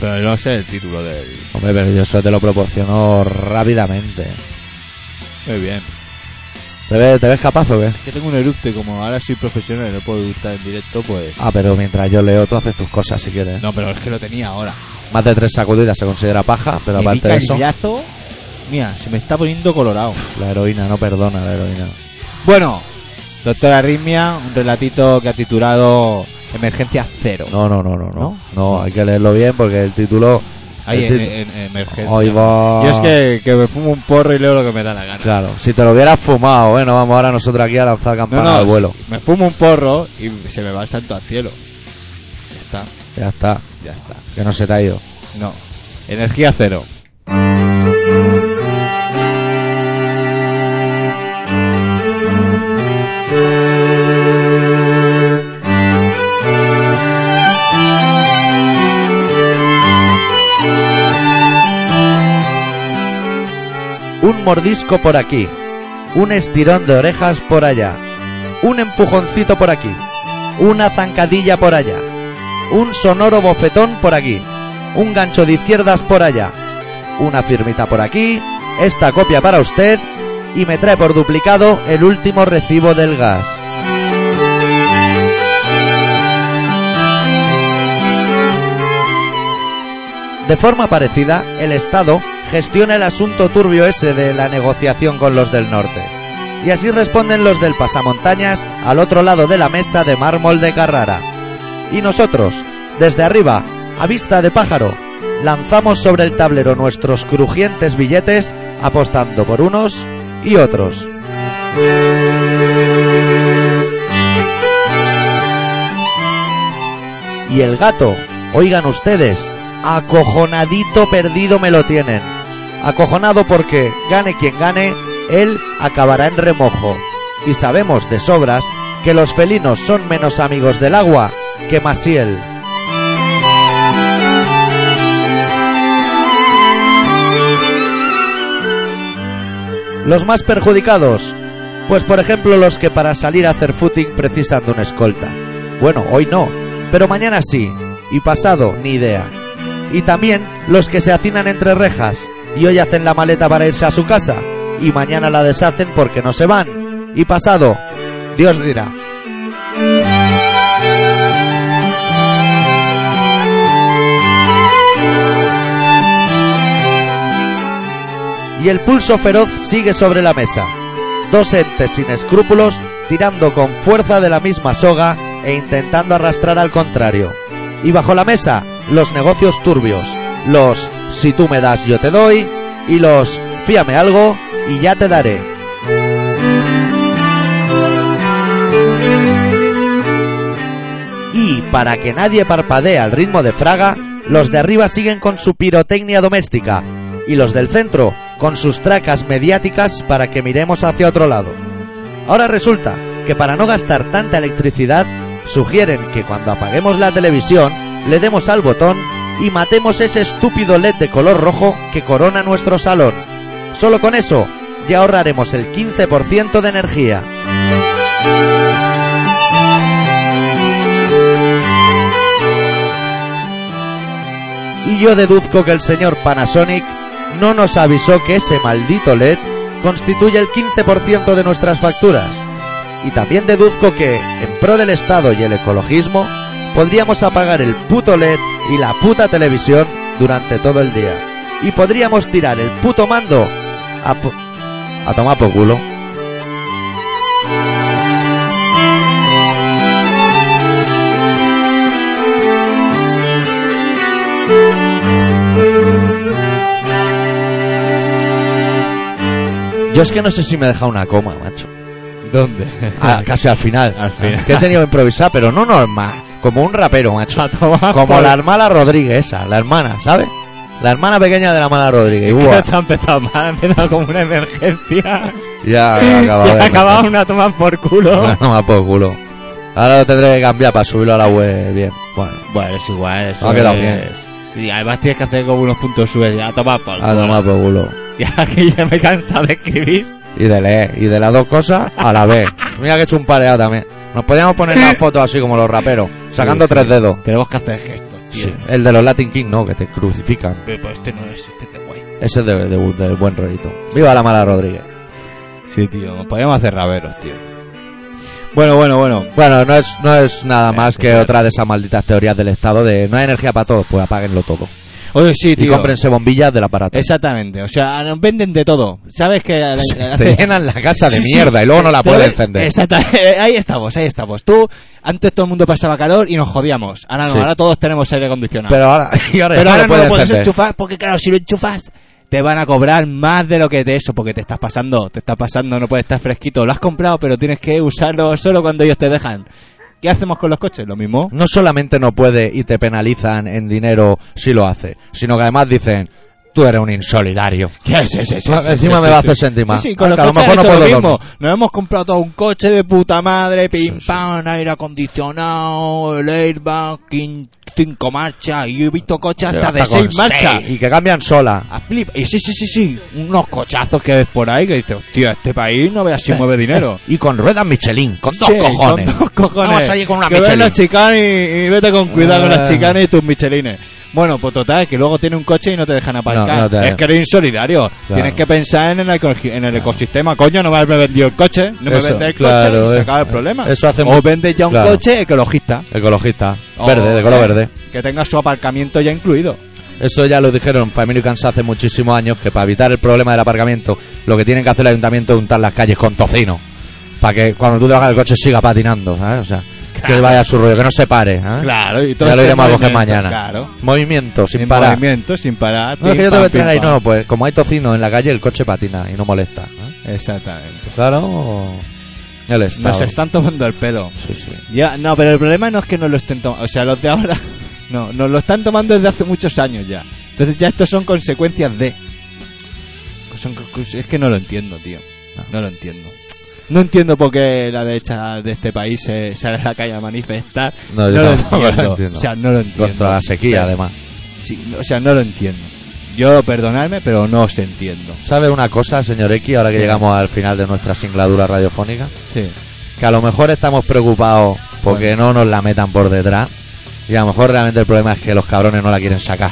Speaker 2: Pero no sé el título del...
Speaker 1: Hombre, pero yo eso te lo proporciono rápidamente.
Speaker 2: Muy bien.
Speaker 1: ¿Te ves, te ves capaz o qué?
Speaker 2: Que tengo un eructo y como ahora soy profesional y no puedo estar en directo, pues...
Speaker 1: Ah, pero mientras yo leo, tú haces tus cosas si quieres.
Speaker 2: Ah, No, pero es que lo tenía ahora.
Speaker 1: Más de tres sacudidas se considera paja, pero
Speaker 2: Me di
Speaker 1: aparte de eso,
Speaker 2: cañazo. Mira, se me está poniendo colorado.
Speaker 1: la heroína no perdona, la heroína.
Speaker 2: Bueno, doctor Arritmia, un relatito que ha titulado Emergencia Cero.
Speaker 1: No, no, no, no, no.
Speaker 2: ¿No? eh,
Speaker 1: No, hay que leerlo bien porque el título.
Speaker 2: Ahí,
Speaker 1: el
Speaker 2: en,
Speaker 1: tit-
Speaker 2: en- en Emergencia.
Speaker 1: Ahí va.
Speaker 2: Yo es que, que me fumo un porro y leo lo que me da la gana.
Speaker 1: Claro, si te lo hubieras fumado, bueno, vamos ahora nosotros aquí a lanzar
Speaker 2: No,
Speaker 1: campana
Speaker 2: no,
Speaker 1: al vuelo.
Speaker 2: si- me fumo un porro y se me va el santo al cielo. Ya está,
Speaker 1: Ya está,
Speaker 2: ya está.
Speaker 1: que no se te ha ido.
Speaker 2: No. Energía cero.
Speaker 1: Un mordisco por aquí, un estirón de orejas por allá, un empujoncito por aquí, una zancadilla por allá, un sonoro bofetón por aquí, un gancho de izquierdas por allá, una firmita por aquí, esta copia para usted y me trae por duplicado el último recibo del gas. De forma parecida, el Estado gestiona el asunto turbio ese de la negociación con los del norte. Y así responden los del pasamontañas al otro lado de la mesa de mármol de Carrara. Y nosotros, desde arriba, a vista de pájaro, lanzamos sobre el tablero nuestros crujientes billetes apostando por unos y otros. y el gato, oigan ustedes, acojonadito perdido me lo tienen. Acojonado porque, gane quien gane, él acabará en remojo. Y sabemos de sobras que los felinos son menos amigos del agua que Masiel. Los más perjudicados, pues por ejemplo los que para salir a hacer footing precisan de una escolta. Bueno, hoy no, pero mañana sí, y pasado ni idea. Y también los que se hacinan entre rejas, y hoy hacen la maleta para irse a su casa, y mañana la deshacen porque no se van, y pasado, Dios dirá. y el pulso feroz sigue sobre la mesa. Dos entes sin escrúpulos tirando con fuerza de la misma soga e intentando arrastrar al contrario. Y bajo la mesa, los negocios turbios, los si tú me das yo te doy y los fíame algo y ya te daré. Y para que nadie parpadee al ritmo de Fraga, los de arriba siguen con su pirotecnia doméstica y los del centro con sus tracas mediáticas para que miremos hacia otro lado. Ahora resulta que para no gastar tanta electricidad, sugieren que cuando apaguemos la televisión, le demos al botón y matemos ese estúpido LED de color rojo que corona nuestro salón. Solo con eso ya ahorraremos el 15% de energía. Y yo deduzco que el señor Panasonic no nos avisó que ese maldito LED constituye el 15% de nuestras facturas. Y también deduzco que, en pro del Estado y el ecologismo, podríamos apagar el puto LED y la puta televisión durante todo el día. Y podríamos tirar el puto mando a, po- a tomar por culo. Yo es que no sé si me he dejado una coma, macho.
Speaker 2: ¿Dónde?
Speaker 1: Ah, casi al final.
Speaker 2: Al final.
Speaker 1: Que he tenido que improvisar, pero no normal. Como un rapero, macho.
Speaker 2: A tomar
Speaker 1: Como
Speaker 2: por-
Speaker 1: la hermana Rodríguez, esa, la hermana, ¿sabes? La hermana pequeña de la hermana Rodríguez. Buah,
Speaker 2: Esto ha empezado mal, ha empezado como una emergencia.
Speaker 1: ya ha acabado.
Speaker 2: Y
Speaker 1: de
Speaker 2: ha acabado
Speaker 1: matar.
Speaker 2: una toma por culo.
Speaker 1: No me ha por culo. Ahora lo tendré que cambiar para subirlo a la web bien. Bueno,
Speaker 2: Bueno, es igual, eso
Speaker 1: Ha quedado
Speaker 2: es-
Speaker 1: bien.
Speaker 2: Sí, además tienes que hacer como unos puntos subes ya, toma por
Speaker 1: a tomar por culo.
Speaker 2: Ya que ya me cansa de escribir.
Speaker 1: Y de leer. Y de las dos cosas a la vez. Mira que he hecho un pareado también. Nos podíamos poner las fotos así como los raperos, sacando
Speaker 2: Sí, sí.
Speaker 1: tres dedos.
Speaker 2: Tenemos que hacer gestos, tío.
Speaker 1: Sí, el de los Latin King, no, que te crucifican.
Speaker 2: Pero pues este no es, este es guay.
Speaker 1: Ese es de, de- del buen rollito. Viva la mala Rodríguez.
Speaker 2: Sí, tío, podemos hacer raberos, tío. Bueno, bueno, bueno.
Speaker 1: Bueno, no es, no es nada
Speaker 2: Eh,
Speaker 1: más
Speaker 2: sí,
Speaker 1: que
Speaker 2: claro.
Speaker 1: otra de esas malditas teorías del Estado de no hay energía para todos, pues apáguenlo todo.
Speaker 2: Oye, sí,
Speaker 1: Y
Speaker 2: tío.
Speaker 1: cómprense bombillas del aparato.
Speaker 2: Exactamente, o sea, nos venden de todo. ¿Sabes que
Speaker 1: Te llenan la casa de mierda y luego no la
Speaker 2: Todo-
Speaker 1: puedes encender.
Speaker 2: Exactamente, ahí estamos, ahí estamos. Tú, antes todo el mundo pasaba calor y nos jodíamos. Ahora no,
Speaker 1: Sí.
Speaker 2: ahora todos tenemos aire acondicionado.
Speaker 1: Pero ahora, y ahora ya
Speaker 2: Pero
Speaker 1: no lo
Speaker 2: ahora
Speaker 1: puedes
Speaker 2: no lo puedes
Speaker 1: encender.
Speaker 2: enchufar porque, claro, si lo enchufas, te van a cobrar más de lo que de eso porque te estás pasando, te estás pasando, no puedes estar fresquito. Lo has comprado, pero tienes que usarlo solo cuando ellos te dejan. ¿Qué hacemos con los coches? Lo mismo.
Speaker 1: No solamente no puede y te penalizan en dinero si lo hace, sino que además dicen, tú eres un insolidario.
Speaker 2: ¿Qué es eso?
Speaker 1: Ah, encima me va a hacer sentir mal.
Speaker 2: Sí, sí, con
Speaker 1: Ah,
Speaker 2: los
Speaker 1: que a lo
Speaker 2: coches
Speaker 1: mejor
Speaker 2: han
Speaker 1: no
Speaker 2: hecho
Speaker 1: puedo
Speaker 2: lo mismo. Nos hemos comprado todo un coche de puta madre, pim
Speaker 1: sí.
Speaker 2: pam, aire acondicionado, el airbag, quin- cinco marchas, y he visto coches hasta de
Speaker 1: Hasta con
Speaker 2: seis marchas.
Speaker 1: seis. Y que cambian sola.
Speaker 2: A flip. Y sí, sí, sí, sí. Unos cochazos que ves por ahí que dices, hostia, este país no veas si mueve dinero.
Speaker 1: Y con ruedas Michelin, con dos
Speaker 2: Sí,
Speaker 1: cojones.
Speaker 2: Con dos cojones.
Speaker 1: Vamos allí con una
Speaker 2: que ves
Speaker 1: Michelin.
Speaker 2: los chicanes y, y vete con cuidado con las
Speaker 1: Ah.
Speaker 2: chicanes y tus michelines. Bueno, pues total, que luego tiene un coche y no te dejan aparcar.
Speaker 1: No, no te-
Speaker 2: Es que eres insolidario.
Speaker 1: Claro.
Speaker 2: Tienes que pensar en el, eco- en el ecosistema. Coño, no me haberme vendido el coche. No me
Speaker 1: Eso,
Speaker 2: vendes el
Speaker 1: claro,
Speaker 2: coche y se
Speaker 1: eh.
Speaker 2: acaba el problema.
Speaker 1: Eso hacemos-
Speaker 2: O vendes ya un
Speaker 1: claro.
Speaker 2: coche ecologista.
Speaker 1: Ecologista, verde, de color
Speaker 2: O, eh,
Speaker 1: Oh, verde.
Speaker 2: Que tenga su aparcamiento ya incluido.
Speaker 1: Eso ya lo dijeron Emilio Cans hace muchísimos años, que para evitar el problema del aparcamiento, lo que tienen que hacer el ayuntamiento es untar las calles con tocino. Para que cuando tú te bajas del coche siga patinando, ¿sabes? O sea, que
Speaker 2: Claro.
Speaker 1: vaya a su rollo, que no se pare, ¿eh?
Speaker 2: Claro, y todo
Speaker 1: Ya lo
Speaker 2: este
Speaker 1: iremos a coger
Speaker 2: movimiento,
Speaker 1: mañana.
Speaker 2: Claro.
Speaker 1: Movimiento, sin
Speaker 2: Sin
Speaker 1: parar.
Speaker 2: movimiento, sin parar.
Speaker 1: No, es que
Speaker 2: pim,
Speaker 1: yo te
Speaker 2: pam,
Speaker 1: voy a
Speaker 2: pim,
Speaker 1: traer ahí,
Speaker 2: pam.
Speaker 1: no, pues como hay tocino en la calle, el coche patina y no molesta. ¿eh?
Speaker 2: Exactamente.
Speaker 1: Claro, el Estado.
Speaker 2: Nos están tomando el pelo.
Speaker 1: Sí, sí.
Speaker 2: Ya, no, pero el problema no es que no lo estén tomando. O sea, los de ahora. No, nos lo están tomando desde hace muchos años ya. Entonces, ya estos son consecuencias de. Son co- co- es que no lo entiendo, tío.
Speaker 1: No.
Speaker 2: No lo entiendo. No entiendo por qué la derecha de este país eh, sale a la calle a manifestar.
Speaker 1: No,
Speaker 2: No,
Speaker 1: yo
Speaker 2: lo,
Speaker 1: tampoco
Speaker 2: entiendo.
Speaker 1: lo entiendo.
Speaker 2: O sea, no lo entiendo.
Speaker 1: Contra la sequía, eh.
Speaker 2: O sea,
Speaker 1: además.
Speaker 2: sí, no, o sea, no lo entiendo. Yo, perdonadme, pero no os entiendo.
Speaker 1: ¿Sabe una cosa, señor X, ahora que
Speaker 2: Sí.
Speaker 1: llegamos al final de nuestra singladura radiofónica?
Speaker 2: Sí.
Speaker 1: que a lo mejor estamos preocupados porque no nos la metan por detrás y a lo mejor realmente el problema es que los cabrones no la quieren sacar.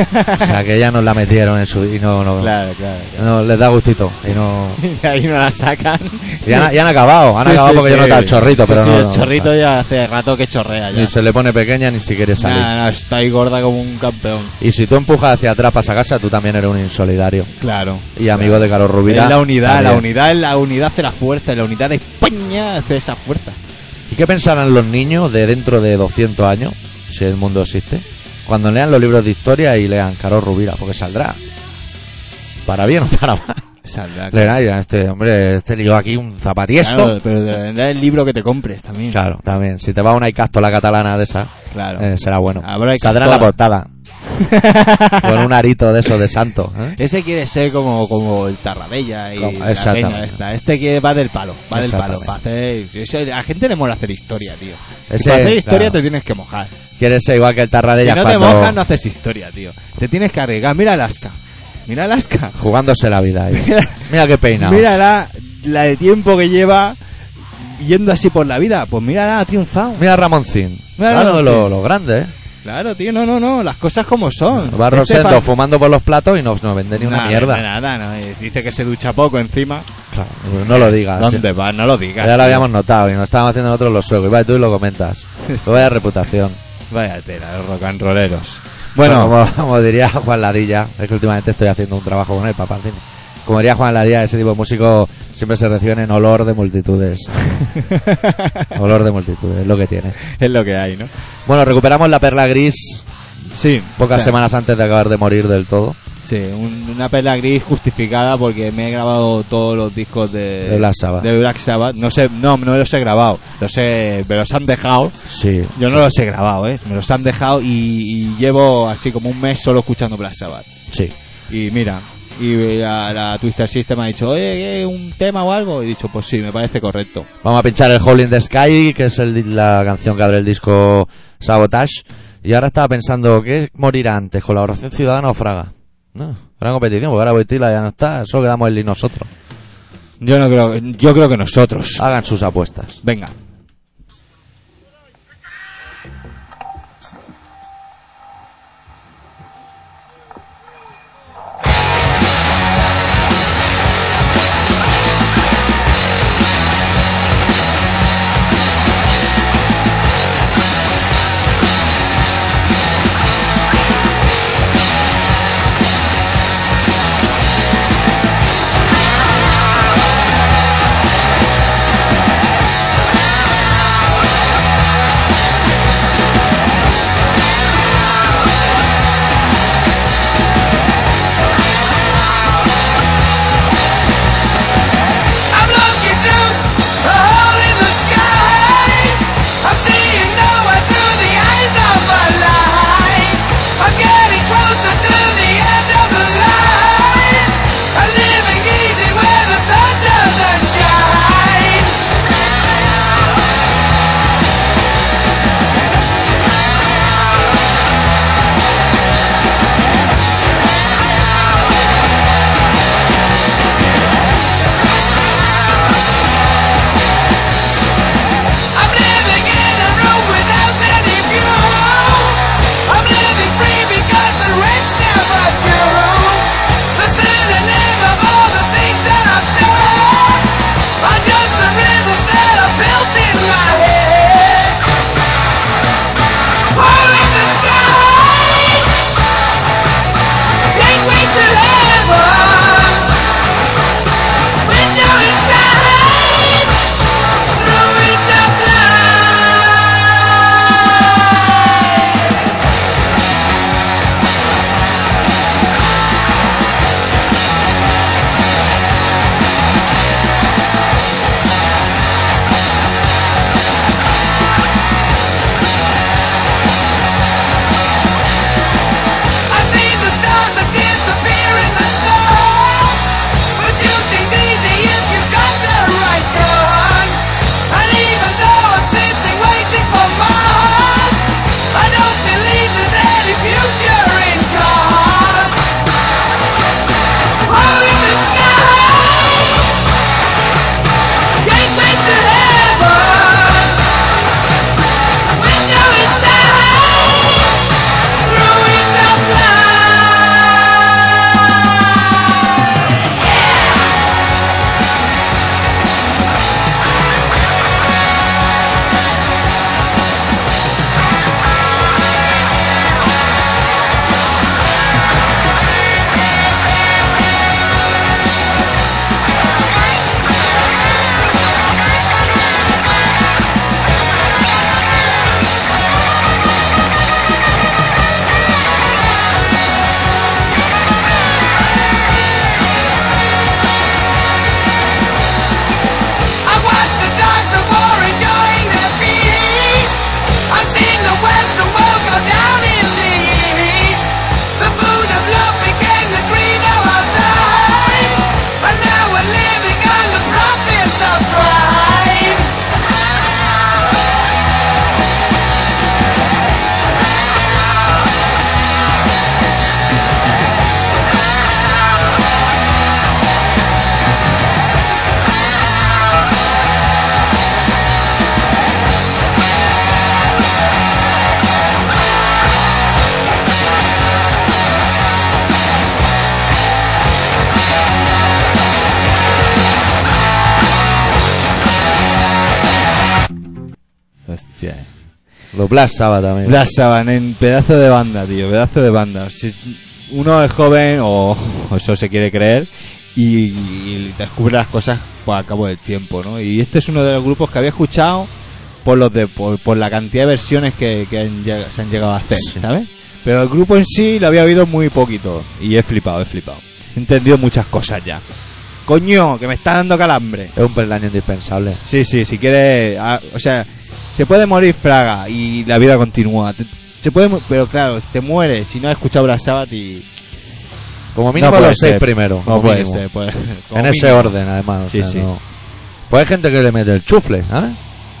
Speaker 1: O sea, que ya nos la metieron en su. Y no, no,
Speaker 2: Claro, claro. claro.
Speaker 1: no, les da gustito. Y no.
Speaker 2: De ahí no la sacan.
Speaker 1: Y han, y han acabado, han
Speaker 2: Sí,
Speaker 1: acabado
Speaker 2: sí,
Speaker 1: porque
Speaker 2: sí.
Speaker 1: ya no está el chorrito,
Speaker 2: Sí,
Speaker 1: pero
Speaker 2: sí,
Speaker 1: no,
Speaker 2: el
Speaker 1: no,
Speaker 2: chorrito
Speaker 1: o sea,
Speaker 2: ya hace rato que chorrea ya.
Speaker 1: Ni se le pone pequeña ni si quiere salir.
Speaker 2: Nah, no, está ahí gorda como un campeón.
Speaker 1: Y si tú empujas hacia atrás para sacarse, tú también eres un insolidario.
Speaker 2: Claro.
Speaker 1: Y amigo de Carlos Rubira.
Speaker 2: Es la unidad, la
Speaker 1: también.
Speaker 2: unidad, la unidad hace la fuerza, la unidad de España hace esa fuerza.
Speaker 1: ¿Y qué pensarán los niños de dentro de 200 años, si el mundo existe, cuando lean los libros de historia y lean Carlos Rubira? Porque saldrá. Para bien o para mal.
Speaker 2: Saldrá.
Speaker 1: Le dirán, este hombre, este lío aquí, un zapatiesto.
Speaker 2: Claro,
Speaker 1: Claro,
Speaker 2: pero tendrá el libro que te compres también.
Speaker 1: también. Si te va una Icasto, la catalana de esa,
Speaker 2: Claro.
Speaker 1: eh, será bueno.
Speaker 2: Habrá Icastola.
Speaker 1: Saldrá en la portada. Con un arito de esos de santo. ¿eh?
Speaker 2: Ese quiere ser como, como el Tarrabella y
Speaker 1: Como-
Speaker 2: la
Speaker 1: exactamente.
Speaker 2: reina esta. Este que va del palo, va del palo.
Speaker 1: Exactamente.
Speaker 2: para hacer- ese- a la gente le mola hacer historia, tío. Si
Speaker 1: Ese,
Speaker 2: para hacer historia
Speaker 1: claro.
Speaker 2: te tienes que mojar.
Speaker 1: Quieres ser igual que el Tarradella
Speaker 2: si no te
Speaker 1: cuando-
Speaker 2: mojas no haces historia, tío. Te tienes que arriesgar. Mira Alaska. Mira Alaska.
Speaker 1: Jugándose la vida. ahí.
Speaker 2: Mira-
Speaker 1: Mira qué peinado.
Speaker 2: Mírala la de tiempo que lleva yendo así por la vida. Pues mírala, ha triunfado.
Speaker 1: Mira Ramoncín.
Speaker 2: Mira
Speaker 1: claro,
Speaker 2: Ramoncín.
Speaker 1: Lo, lo grande, ¿eh?
Speaker 2: Claro, tío, no, no, no, las cosas como son.
Speaker 1: Va Rosendo
Speaker 2: Este fa-
Speaker 1: fumando por los platos y no, no vende ni una
Speaker 2: Nah,
Speaker 1: mierda.
Speaker 2: nah, Nada, no, eh, dice que se ducha poco encima.
Speaker 1: Claro, no lo digas.
Speaker 2: ¿Dónde vas? No lo digas.
Speaker 1: Ah, Ya lo
Speaker 2: tío.
Speaker 1: habíamos notado y nos estábamos haciendo nosotros los suegos. Y va, tú y lo comentas. Pues vaya reputación.
Speaker 2: Vaya tela, los rock and rolleros.
Speaker 1: Bueno,
Speaker 2: Bueno,
Speaker 1: como, como diría Juan Ladilla, es que últimamente estoy haciendo un trabajo con él, papá. al cine. Como diría Juan Ladilla, ese tipo de músico siempre se reciben en olor de multitudes. olor de multitudes, es lo que tiene.
Speaker 2: es lo que hay, ¿no?
Speaker 1: Bueno, recuperamos la perla gris
Speaker 2: Sí.
Speaker 1: pocas
Speaker 2: o sea,
Speaker 1: semanas antes de acabar de morir del todo.
Speaker 2: Sí, un- una perla gris justificada porque me he grabado todos los discos de,
Speaker 1: De Black Sabbath.
Speaker 2: de Black Sabbath. No sé, no, no los he grabado. Los he, me los han dejado.
Speaker 1: Sí.
Speaker 2: Yo no los he grabado, ¿eh? Me los han dejado y, y llevo así como un mes solo escuchando Black Sabbath.
Speaker 1: Sí.
Speaker 2: Y mira, y la, la Twister System ha dicho, oye, ¿qué, ¿un tema o algo? Y he dicho, pues sí, me parece correcto.
Speaker 1: Vamos a pinchar el Hole in the Sky, que es el- la canción que abre el disco Sabotage. Y ahora estaba pensando, ¿qué morirá antes? ¿Colaboración Ciudadana o Fraga? No, gran competición, porque ahora Boitila ya no está, solo quedamos él y nosotros.
Speaker 2: Yo no creo, yo creo que nosotros.
Speaker 1: Hagan sus apuestas.
Speaker 2: Venga.
Speaker 5: Thank
Speaker 2: Hostia.
Speaker 1: Lo Blas Saba también.
Speaker 2: Black Sabbath en pedazo de banda, tío, pedazo de banda. Si uno es joven o, o eso se quiere creer y, y descubre las cosas pues, a cabo del tiempo, ¿no? Y este es uno de los grupos que había escuchado por los de por, por la cantidad de versiones que, que han lleg- se han llegado a hacer, ¿sabes? Pero el grupo en sí lo había oído muy poquito y he flipado, he flipado. He entendido muchas cosas ya. Coño, que me está dando calambre.
Speaker 1: Es un peldaño indispensable.
Speaker 2: Sí, sí, si quieres. ah, o sea, se puede morir Fraga y la vida continúa. Te- se puede, mu- pero claro, te mueres si no has escuchado Black Sabbath y.
Speaker 1: Como mínimo
Speaker 2: puede
Speaker 1: los seis
Speaker 2: ser.
Speaker 1: primero.
Speaker 2: No
Speaker 1: como
Speaker 2: puede
Speaker 1: mínimo.
Speaker 2: ser, puede- como
Speaker 1: en ese
Speaker 2: mínimo.
Speaker 1: orden, además. o
Speaker 2: Sí,
Speaker 1: sea,
Speaker 2: sí.
Speaker 1: no- Pues hay gente que le mete el chufle, ¿sabes?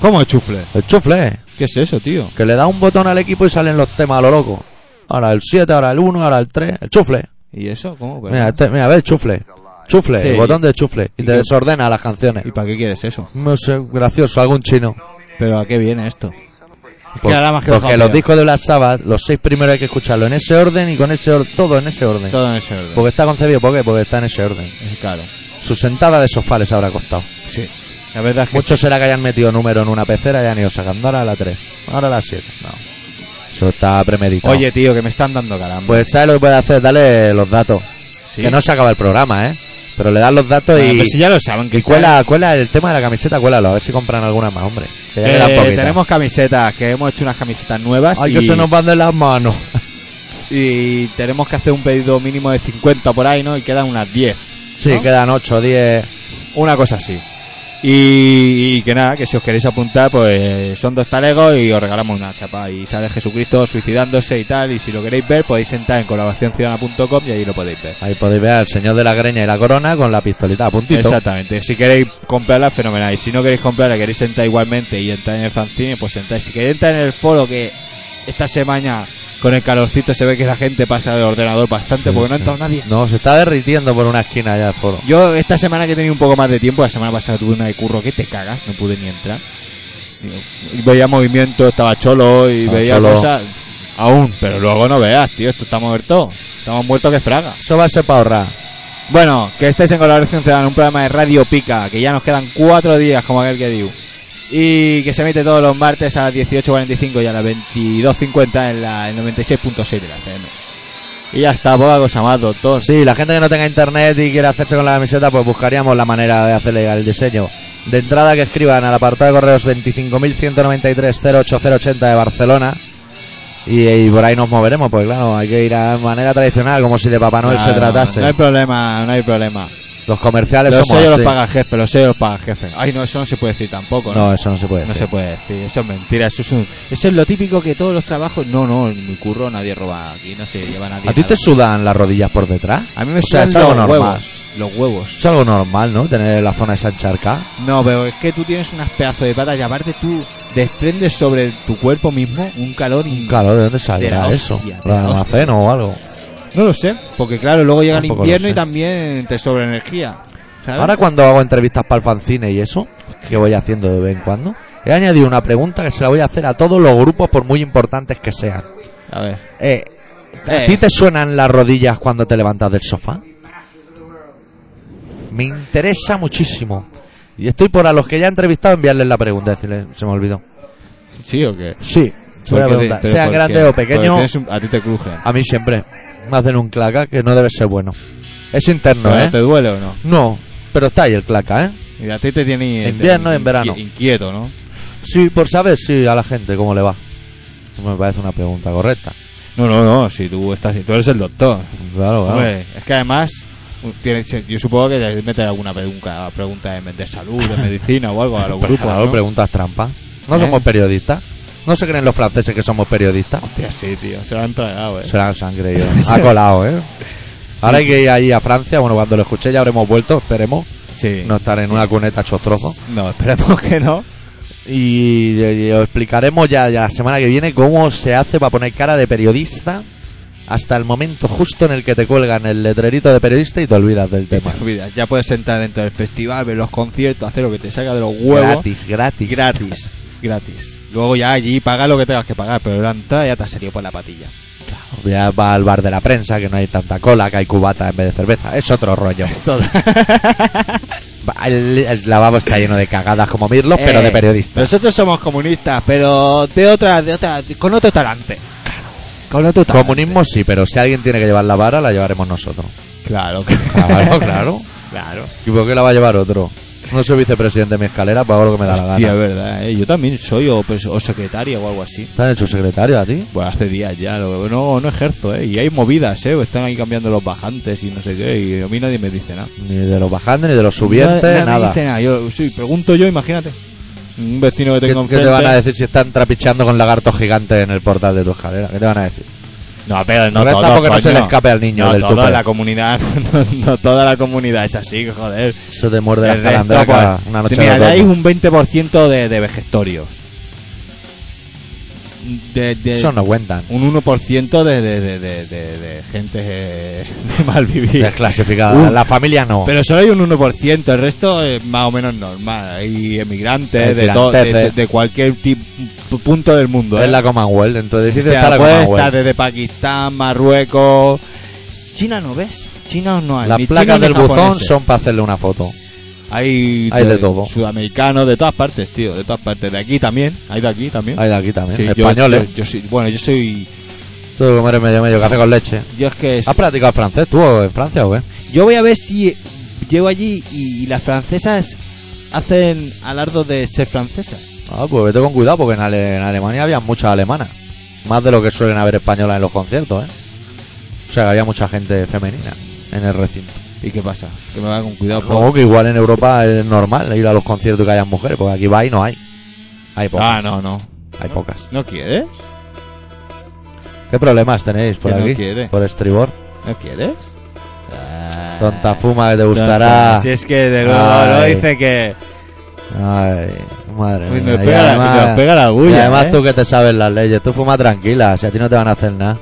Speaker 2: ¿Cómo chufle?
Speaker 1: El chufle,
Speaker 2: ¿Qué es eso, tío?
Speaker 1: que le da un botón al equipo y salen los temas a lo loco. Ahora el 7, ahora el 1, ahora el 3. El chufle.
Speaker 2: ¿Y eso? ¿Cómo?
Speaker 1: Mira, este- mira, ve el chufle. Chufle,
Speaker 2: Sí.
Speaker 1: el botón de chufle. Y
Speaker 2: ¿Y
Speaker 1: te
Speaker 2: qué?
Speaker 1: desordena las canciones.
Speaker 2: ¿Y para qué quieres eso?
Speaker 1: No sé, gracioso, algún chino.
Speaker 2: ¿Pero a qué viene esto? Es
Speaker 1: Por-
Speaker 2: que ahora más que
Speaker 1: porque
Speaker 2: dejar
Speaker 1: los
Speaker 2: mío.
Speaker 1: discos de Black Sabbath, los seis primeros hay que escucharlo en ese orden y con ese or- todo en ese orden.
Speaker 2: Todo en ese orden.
Speaker 1: Porque está concebido, ¿por qué? Porque está en ese orden.
Speaker 2: Eh, Claro.
Speaker 1: Su sentada de sofá les habrá costado.
Speaker 2: Sí. La verdad es que.
Speaker 1: Mucho será que hayan metido número en una pecera y han ido sacando ahora la 3, ahora la 7. No. Eso está premeditado.
Speaker 2: Oye, tío, que me están dando calambre.
Speaker 1: pues ¿sabes lo que puede hacer? Dale los datos.
Speaker 2: Sí.
Speaker 1: Que no se acaba el programa, ¿eh? Pero le das los datos
Speaker 2: Ah,
Speaker 1: y...
Speaker 2: pero si ya lo saben que
Speaker 1: y cuela, cuela el tema de la camiseta, cuélalo, a ver si compran alguna más, hombre. Que ya
Speaker 2: Eh,
Speaker 1: quedan poquitas.
Speaker 2: tenemos camisetas, que hemos hecho unas camisetas nuevas.
Speaker 1: Ay,
Speaker 2: y...
Speaker 1: que se nos van de las manos.
Speaker 2: Y tenemos que hacer un pedido mínimo de 50 por ahí, ¿no? Y quedan unas 10.
Speaker 1: Sí,
Speaker 2: ¿No?
Speaker 1: quedan 8, 10...
Speaker 2: Una cosa así. Y, y que nada, que si os queréis apuntar, pues son dos talegos y os regalamos una chapa. Y sale Jesucristo suicidándose y tal. Y si lo queréis ver, podéis entrar en colaboracionciudadana.com y ahí lo podéis ver.
Speaker 1: Ahí podéis ver al señor de la greña y la corona con la pistolita a puntito.
Speaker 2: Exactamente. Si queréis comprarla, fenomenal. Y si no queréis comprarla, queréis entrar igualmente y entrar en el fanzine, pues entráis. Si queréis entrar en el foro, que esta semana con el calorcito se ve que la gente pasa del ordenador
Speaker 1: Sí,
Speaker 2: bastante porque no ha
Speaker 1: sí.
Speaker 2: entrado nadie.
Speaker 1: No, se está derritiendo por una esquina ya el foro.
Speaker 2: Yo esta semana que he tenido un poco más de tiempo, la semana pasada tuve una de curro que te cagas, no pude ni entrar. Digo, y veía movimiento, estaba cholo y
Speaker 1: Estaba
Speaker 2: veía
Speaker 1: cholo.
Speaker 2: cosas. Aún, pero luego no veas, tío, esto está muerto. Estamos muertos que fraga.
Speaker 1: Eso va a ser para ahorrar.
Speaker 2: Bueno, que estéis en colaboración ciudadana, un programa de Radio Pica, que ya nos quedan cuatro días, como aquel que digo. Y que se emite todos los martes a las 18.45 y a las 22.50 en la el 96.6 de la FM. Y ya está, poca cosa más, doctor.
Speaker 1: Sí, la gente que no tenga internet y quiera hacerse con la camiseta, pues buscaríamos la manera de hacerle el diseño. De entrada que escriban al apartado de correos 25.193.08080 de Barcelona. Y, y por ahí nos moveremos, pues claro, hay que ir a manera tradicional, como si de Papá Noel Ah, se
Speaker 2: Claro,
Speaker 1: tratase.
Speaker 2: No hay problema, no hay problema.
Speaker 1: Los comerciales
Speaker 2: Los
Speaker 1: somos
Speaker 2: sellos los
Speaker 1: así.
Speaker 2: paga el jefe, los sellos los paga el jefe. Ay, no, eso no se puede decir tampoco, ¿no?
Speaker 1: No, eso no se puede.
Speaker 2: No
Speaker 1: decir.
Speaker 2: se puede decir, eso es mentira, eso es, un- eso es lo típico que todos los trabajos... No, no, en mi curro nadie roba aquí, no se lleva nadie
Speaker 1: ¿A ti
Speaker 2: nada.
Speaker 1: te sudan las rodillas por detrás?
Speaker 2: A mí me
Speaker 1: o sea,
Speaker 2: sudan
Speaker 1: es algo
Speaker 2: los
Speaker 1: normal.
Speaker 2: huevos, los huevos.
Speaker 1: Es algo normal, ¿no? Tener la zona esa encharcada.
Speaker 2: No, pero es que tú tienes unas pedazos de patas y aparte tú desprendes sobre tu cuerpo mismo un calor... in-
Speaker 1: Claro, ¿de dónde saldrá
Speaker 2: De la
Speaker 1: eso?
Speaker 2: hostia, de
Speaker 1: ¿Lo
Speaker 2: la hostia.
Speaker 1: almacén o algo?
Speaker 2: No lo sé, porque claro, luego llega el
Speaker 1: Tampoco lo
Speaker 2: invierno
Speaker 1: sé.
Speaker 2: y también te sobra energía. ¿sabes?
Speaker 1: Ahora cuando hago entrevistas para el fanzine y eso, que voy haciendo de vez en cuando, he añadido una pregunta que se la voy a hacer a todos los grupos por muy importantes que sean.
Speaker 2: A ver.
Speaker 1: Eh, ¿A
Speaker 2: Eh.
Speaker 1: ti te suenan las rodillas cuando te levantas del sofá? Me interesa muchísimo. Y estoy por a los que ya he entrevistado enviarles la pregunta, decirles, se me olvidó.
Speaker 2: ¿Sí o qué?
Speaker 1: Sí, se voy a
Speaker 2: Porque te-
Speaker 1: preguntar,
Speaker 2: pero
Speaker 1: sean
Speaker 2: porque-
Speaker 1: grandes o
Speaker 2: porque
Speaker 1: pequeños,
Speaker 2: tienes un- a ti te crujen.
Speaker 1: a mí siempre me hacen un claca que no debe ser bueno. Es interno,
Speaker 2: ¿Pero
Speaker 1: ¿eh?
Speaker 2: ¿Te duele o no?
Speaker 1: No, pero está ahí el claca, ¿eh?
Speaker 2: Y a ti te tiene
Speaker 1: En invierno y en verano.
Speaker 2: Inquieto, ¿no?
Speaker 1: Sí, por saber sí, a la gente cómo le va. Eso me parece una pregunta correcta.
Speaker 2: No, no, no. Si tú estás, tú eres el doctor.
Speaker 1: Claro, claro.
Speaker 2: Hombre, es que además u- tienes- yo supongo que les meten alguna pregunta, pregunta de, de salud, de medicina o algo a los
Speaker 1: Pero,
Speaker 2: grupos.
Speaker 1: claro,
Speaker 2: ¿no?
Speaker 1: preguntas trampas. No
Speaker 2: ¿Eh?
Speaker 1: somos periodistas. No se creen los franceses que somos periodistas.
Speaker 2: Hostia, sí, tío. Se lo han tragado, eh.
Speaker 1: Se la han- se han creído. Ha colado, ¿eh? Ahora hay que ir ahí a Francia. Bueno, cuando lo escuché ya habremos vuelto, esperemos.
Speaker 2: Sí.
Speaker 1: No estar en una cuneta hecho trozos.
Speaker 2: No, esperemos que no.
Speaker 1: Y, y os explicaremos ya, ya la semana que viene cómo se hace para poner cara de periodista hasta el momento justo en el que te cuelgan el letrerito de periodista y te olvidas del tema.
Speaker 2: Mira, ya puedes entrar dentro del festival, ver los conciertos, hacer lo que te salga de los huevos.
Speaker 1: Gratis, gratis.
Speaker 2: Gratis. Gratis. Luego ya allí paga lo que tengas que pagar, pero la entrada ya te ha salido por la patilla.
Speaker 1: Ya va al bar de la prensa, que no hay tanta cola, que hay cubata en vez de cerveza. Es otro rollo.
Speaker 2: Eso
Speaker 1: Va, El, el lavabo está lleno de cagadas como Mirlo, pero
Speaker 2: Eh,
Speaker 1: de periodistas.
Speaker 2: Nosotros somos comunistas, pero de otra, de otra, con otro talante. Con otro talante.
Speaker 1: Comunismo sí, pero si alguien tiene que llevar la vara, la llevaremos nosotros.
Speaker 2: Claro,
Speaker 1: Claro, claro.
Speaker 2: claro.
Speaker 1: ¿Y por qué la va a llevar otro? No soy vicepresidente de mi escalera, pago lo que me da la
Speaker 2: Hostia, es
Speaker 1: gana.
Speaker 2: verdad, eh, yo también soy o, pres- o secretario o algo así.
Speaker 1: ¿Te han hecho secretario a ti?
Speaker 2: Bueno, hace días ya, lo- no, no ejerzo, ¿eh? Y hay movidas, ¿eh? Están ahí cambiando los bajantes y no sé qué, y a mí nadie me dice nada.
Speaker 1: Ni de los bajantes, ni de los subientes,
Speaker 2: Nadie- nadie me
Speaker 1: nada.
Speaker 2: dice nada, yo sí, pregunto yo, imagínate. Un vecino que
Speaker 1: ¿Qué,
Speaker 2: tengo
Speaker 1: qué
Speaker 2: enfrente...
Speaker 1: te van a decir si están trapicheando con lagartos gigantes en el portal de tu escalera? ¿Qué te van a decir?
Speaker 2: No, pero no
Speaker 1: Pero
Speaker 2: todo,
Speaker 1: tampoco no se
Speaker 2: coño.
Speaker 1: le escape al niño
Speaker 2: No
Speaker 1: del
Speaker 2: toda
Speaker 1: tupper.
Speaker 2: la comunidad, no, no toda la comunidad es así, joder.
Speaker 1: Eso te muerde
Speaker 2: El
Speaker 1: la
Speaker 2: resto,
Speaker 1: calandraca
Speaker 2: pues,
Speaker 1: una noche
Speaker 2: mira,
Speaker 1: de
Speaker 2: dais
Speaker 1: otoño.
Speaker 2: un 20% de, de vegetorios. De, de-
Speaker 1: Eso no cuentan.
Speaker 2: Un 1% de, de, de, de, de- de gente eh, de mal vivir.
Speaker 1: Desclasificada.
Speaker 2: Uh.
Speaker 1: La familia no.
Speaker 2: Pero solo hay un 1%, el resto es más o menos normal. Hay emigrantes de, todo- de,
Speaker 1: Emigrantes, eh.
Speaker 2: de cualquier tipo- punto del mundo. ¿eh?
Speaker 1: es la Commonwealth. Entonces
Speaker 2: O
Speaker 1: dices
Speaker 2: sea,
Speaker 1: está la
Speaker 2: puede estar
Speaker 1: Commonwealth.
Speaker 2: desde Pakistán, Marruecos. China no ves. China no hay.
Speaker 1: Las
Speaker 2: ni
Speaker 1: placas
Speaker 2: chinos ni
Speaker 1: del buzón
Speaker 2: japoneses.
Speaker 1: son para hacerle una foto.
Speaker 2: Hay,
Speaker 1: hay de todo.
Speaker 2: Sudamericanos, de todas partes, tío. De todas partes. De aquí también. Hay de aquí también.
Speaker 1: Hay de aquí también.
Speaker 2: Sí, yo-
Speaker 1: Españoles.
Speaker 2: Yo, yo soy, bueno, yo soy.
Speaker 1: Tú que comer medio medio café con leche.
Speaker 2: Yo es que.
Speaker 1: ¿Has practicado francés tú en Francia o qué?
Speaker 2: Yo voy a ver si llego allí y, y las francesas hacen alardo de ser francesas.
Speaker 1: Ah, pues vete con cuidado porque en, Ale- en Alemania había muchas alemanas. Más de lo que suelen haber españolas en los conciertos, ¿eh? O sea, que había mucha gente femenina en el recinto.
Speaker 2: ¿Y qué pasa? Que me va con cuidado. por-
Speaker 1: Como que igual en Europa es normal ir a los conciertos que hayan mujeres, porque aquí va y no hay. Hay pocas.
Speaker 2: ah, no, no.
Speaker 1: Hay pocas.
Speaker 2: ¿No quieres?
Speaker 1: ¿Qué problemas tenéis por
Speaker 2: Que no
Speaker 1: aquí?
Speaker 2: quiere.
Speaker 1: por estribor.
Speaker 2: ¿No quieres? Ah.
Speaker 1: Tonta fuma que te
Speaker 2: Tonta.
Speaker 1: gustará.
Speaker 2: Si es que de
Speaker 1: Ay.
Speaker 2: luego luego dice que.
Speaker 1: Ay, madre
Speaker 2: Uy,
Speaker 1: mía.
Speaker 2: nos
Speaker 1: Y
Speaker 2: pega, la-
Speaker 1: además-
Speaker 2: nos pega la
Speaker 1: y
Speaker 2: bulla.
Speaker 1: además
Speaker 2: ¿eh?
Speaker 1: tú que te sabes las leyes, tú fuma tranquila, si a ti no te van a hacer nada.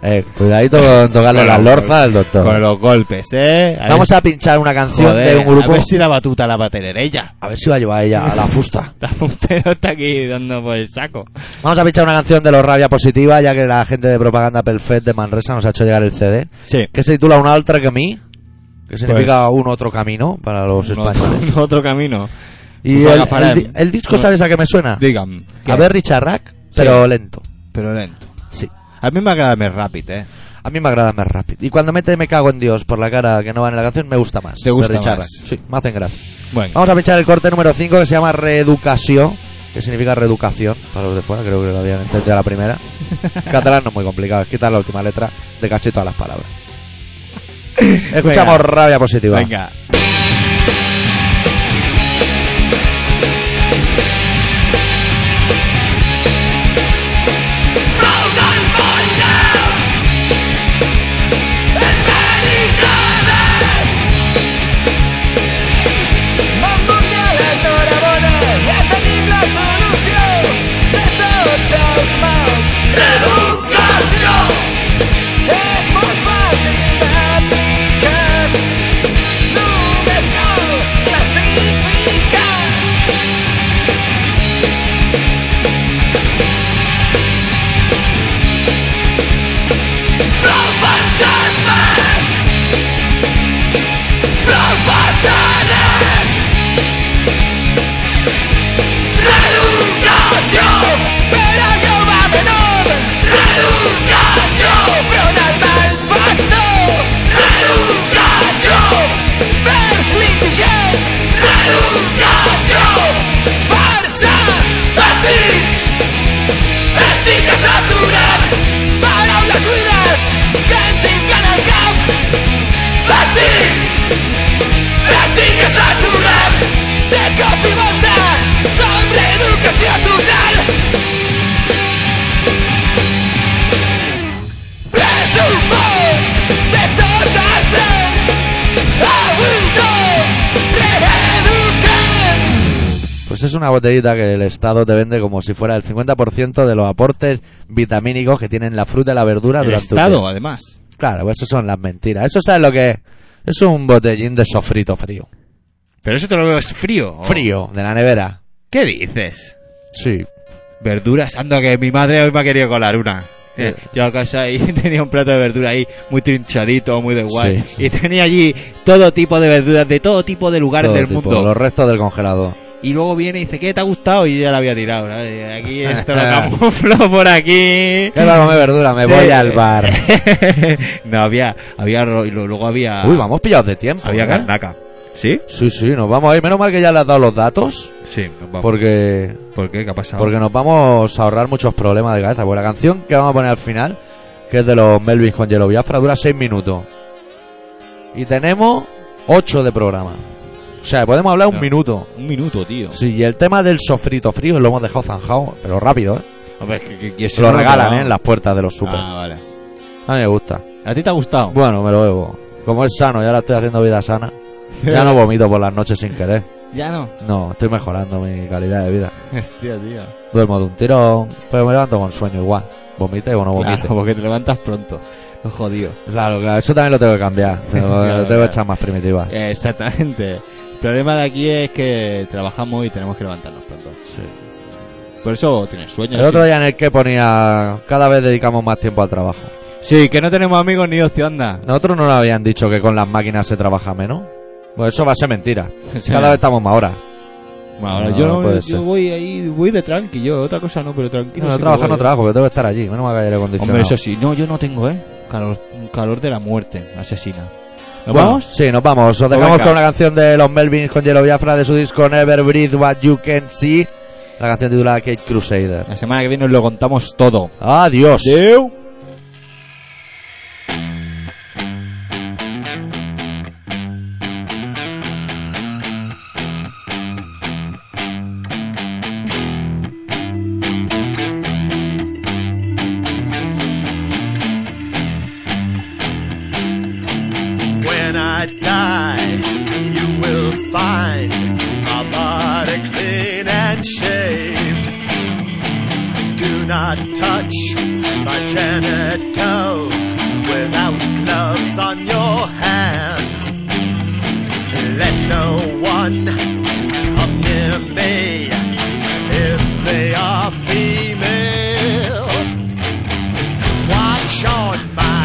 Speaker 1: Eh, cuidadito con tocarle
Speaker 2: Con
Speaker 1: la
Speaker 2: los
Speaker 1: lorza al doctor.
Speaker 2: Con los golpes, ¿eh? A
Speaker 1: Vamos
Speaker 2: ver-
Speaker 1: a pinchar una canción
Speaker 2: Joder,
Speaker 1: de un grupo.
Speaker 2: A ver si la batuta la va a tener ella.
Speaker 1: a ver si va a llevar ella a la fusta.
Speaker 2: La puntero está aquí dando por el saco.
Speaker 1: Vamos a pinchar una canción de los Rabia Positiva, ya que la gente de Propaganda Perfect de Manresa nos ha hecho llegar el CD,
Speaker 2: Sí.
Speaker 1: que se titula Una Altra que mí, que significa un otro camino para los españoles.
Speaker 2: Pues- Otro, otro camino.
Speaker 1: Y
Speaker 2: Pues
Speaker 1: el,
Speaker 2: haga para
Speaker 1: el di-
Speaker 2: él.
Speaker 1: el disco, ¿sabes a qué me suena?
Speaker 2: Digan.
Speaker 1: Ah. A ver Richard Rack, pero lento.
Speaker 2: Pero lento.
Speaker 1: Sí.
Speaker 2: A mí me agrada más rápido, ¿eh?
Speaker 1: A mí me agrada más rápido. Y cuando mete Me cago en Dios por la cara que no va en la canción, me gusta más.
Speaker 2: ¿Te gusta
Speaker 1: De Richard
Speaker 2: más?
Speaker 1: Rack. Sí, me hacen gracia.
Speaker 2: Bueno.
Speaker 1: Vamos a pinchar el corte número 5 que se llama Reeducación, que significa reeducación para los de fuera, creo que lo habían entendido a la primera. Catalán no es muy complicado, es quitar la última letra de casi todas las palabras. Escuchamos rabia positiva.
Speaker 2: Venga.
Speaker 5: Un mundial en Dorabona y a pedir la solución de tots els mals. Educació! És molt fàcil d'aplicar. Només cal classificar. Prou fantasmes! Prou façanes! Reeducación, pero no va menor. Reeducación fue un malfactor. Reeducación, vers litigant. Reeducación, farsa. Estic, estic saturat. Paraules buides que ens inflen el cap. Estic, estic saturat. De cop i volta som reeducació total. Pressupost de tot essent. Avui no reeducant.
Speaker 1: Pues es una botellita que el Estado te vende como si fuera el 50% de los aportes vitamínicos que tienen la fruta y la verdura
Speaker 2: El
Speaker 1: durante un
Speaker 2: Estado,
Speaker 1: día.
Speaker 2: además.
Speaker 1: Claro, pues eso son las mentiras. Eso sabes lo que es. Es un botellín de sofrito frío.
Speaker 3: Pero eso te lo veo frío.
Speaker 2: Oh.
Speaker 3: ¿o?
Speaker 1: Frío, de la nevera.
Speaker 3: ¿Qué dices?
Speaker 1: Sí.
Speaker 2: Verduras. Anda, que mi madre hoy me ha querido colar una. Eh, Yo a casa y tenía un plato de verdura ahí muy trinchadito, muy de guay.
Speaker 1: Sí.
Speaker 2: Y tenía allí todo tipo de verduras de todo tipo de lugares
Speaker 1: Todo
Speaker 2: del
Speaker 1: tipo,
Speaker 2: mundo.
Speaker 1: Los restos del congelador.
Speaker 2: Y luego viene y dice, ¿qué te ha gustado? Y yo ya la había tirado. ¿no? Y Aquí esto lo camuflo por aquí.
Speaker 1: ¿Qué va a comer verdura? Me
Speaker 2: Sí.
Speaker 1: voy al bar.
Speaker 2: no, había, había, ro- y lo- luego había,
Speaker 1: Uy, vamos pillados de tiempo.
Speaker 2: Ah. había
Speaker 1: ¿eh?
Speaker 2: carnaca. ¿Sí?
Speaker 1: Sí, sí, nos vamos a ir. Menos mal que ya le has dado los datos.
Speaker 2: Sí, nos vamos.
Speaker 1: Porque
Speaker 2: ¿Por qué? ¿Qué ha pasado?
Speaker 1: Porque nos vamos a ahorrar muchos problemas de cabeza. Pues la canción que vamos a poner al final, que es de los Melvins con Yellow Biafra, dura 6 minutos. Y tenemos 8 de programa. O sea, podemos hablar un
Speaker 2: No.
Speaker 1: minuto.
Speaker 2: Un minuto, tío.
Speaker 1: Sí, y el tema del sofrito frío lo hemos dejado zanjado, pero rápido, ¿eh?
Speaker 2: Hombre, que, que- que
Speaker 1: Se
Speaker 2: eso
Speaker 1: lo
Speaker 2: no
Speaker 1: regalan,
Speaker 2: va.
Speaker 1: ¿eh? En las puertas de los super.
Speaker 2: Ah, vale.
Speaker 1: A mí me gusta.
Speaker 2: ¿A ti te ha gustado?
Speaker 1: Bueno, me lo bebo. Como es sano, ya la estoy haciendo vida sana. Ya no vomito por las noches sin querer.
Speaker 2: ya no.
Speaker 1: No, estoy mejorando mi calidad de vida.
Speaker 2: Hostia, tío.
Speaker 1: Duermo de un tirón, pero me levanto con sueño igual. Vomite o no vomite.
Speaker 2: Claro, porque te levantas pronto. No Ah. Oh, jodido.
Speaker 1: Claro, claro, eso también lo tengo que cambiar. Pero lo
Speaker 2: Claro,
Speaker 1: tengo
Speaker 2: claro.
Speaker 1: que echar más primitiva.
Speaker 2: Eh, Exactamente. El problema de aquí es que trabajamos y tenemos que levantarnos pronto. Sí. Por eso tienes sueños.
Speaker 1: El otro día en el que ponía, cada vez dedicamos más tiempo al trabajo.
Speaker 2: Sí, que no tenemos amigos ni opción nada.
Speaker 1: Nosotros no nos habían dicho que con las máquinas se trabaja menos. Pues eso va a ser mentira.
Speaker 2: Sí.
Speaker 1: Cada vez estamos más horas.
Speaker 2: Bueno, ahora
Speaker 1: No,
Speaker 2: yo,
Speaker 1: no
Speaker 2: no-
Speaker 1: puede
Speaker 2: yo
Speaker 1: ser.
Speaker 2: voy ahí, voy de tranqui, yo otra cosa no, pero
Speaker 1: No,
Speaker 2: tranquilo.
Speaker 1: no
Speaker 2: sí que
Speaker 1: trabajo,
Speaker 2: voy,
Speaker 1: no
Speaker 2: eh.
Speaker 1: trabajo, que tengo que estar allí. Menos mal que hay aire acondicionado.
Speaker 2: Hombre, eso sí, no, yo no tengo, ¿eh? Calor, calor de la muerte, asesina. ¿Nos
Speaker 1: Bueno,
Speaker 2: vamos?
Speaker 1: Sí, nos vamos. Os
Speaker 2: Pues
Speaker 1: dejamos
Speaker 2: venga.
Speaker 1: con una canción de los Melvins con Yellow Biafra de su disco Never Breathe What You Can See. La canción titulada Kate Crusader.
Speaker 2: La semana que viene os lo contamos todo.
Speaker 1: Adiós.
Speaker 2: Deu.
Speaker 4: When I die, you will find my body clean and shaved. Do not touch my genitals without gloves on your hands. Let no one come near me if they are female. Watch on my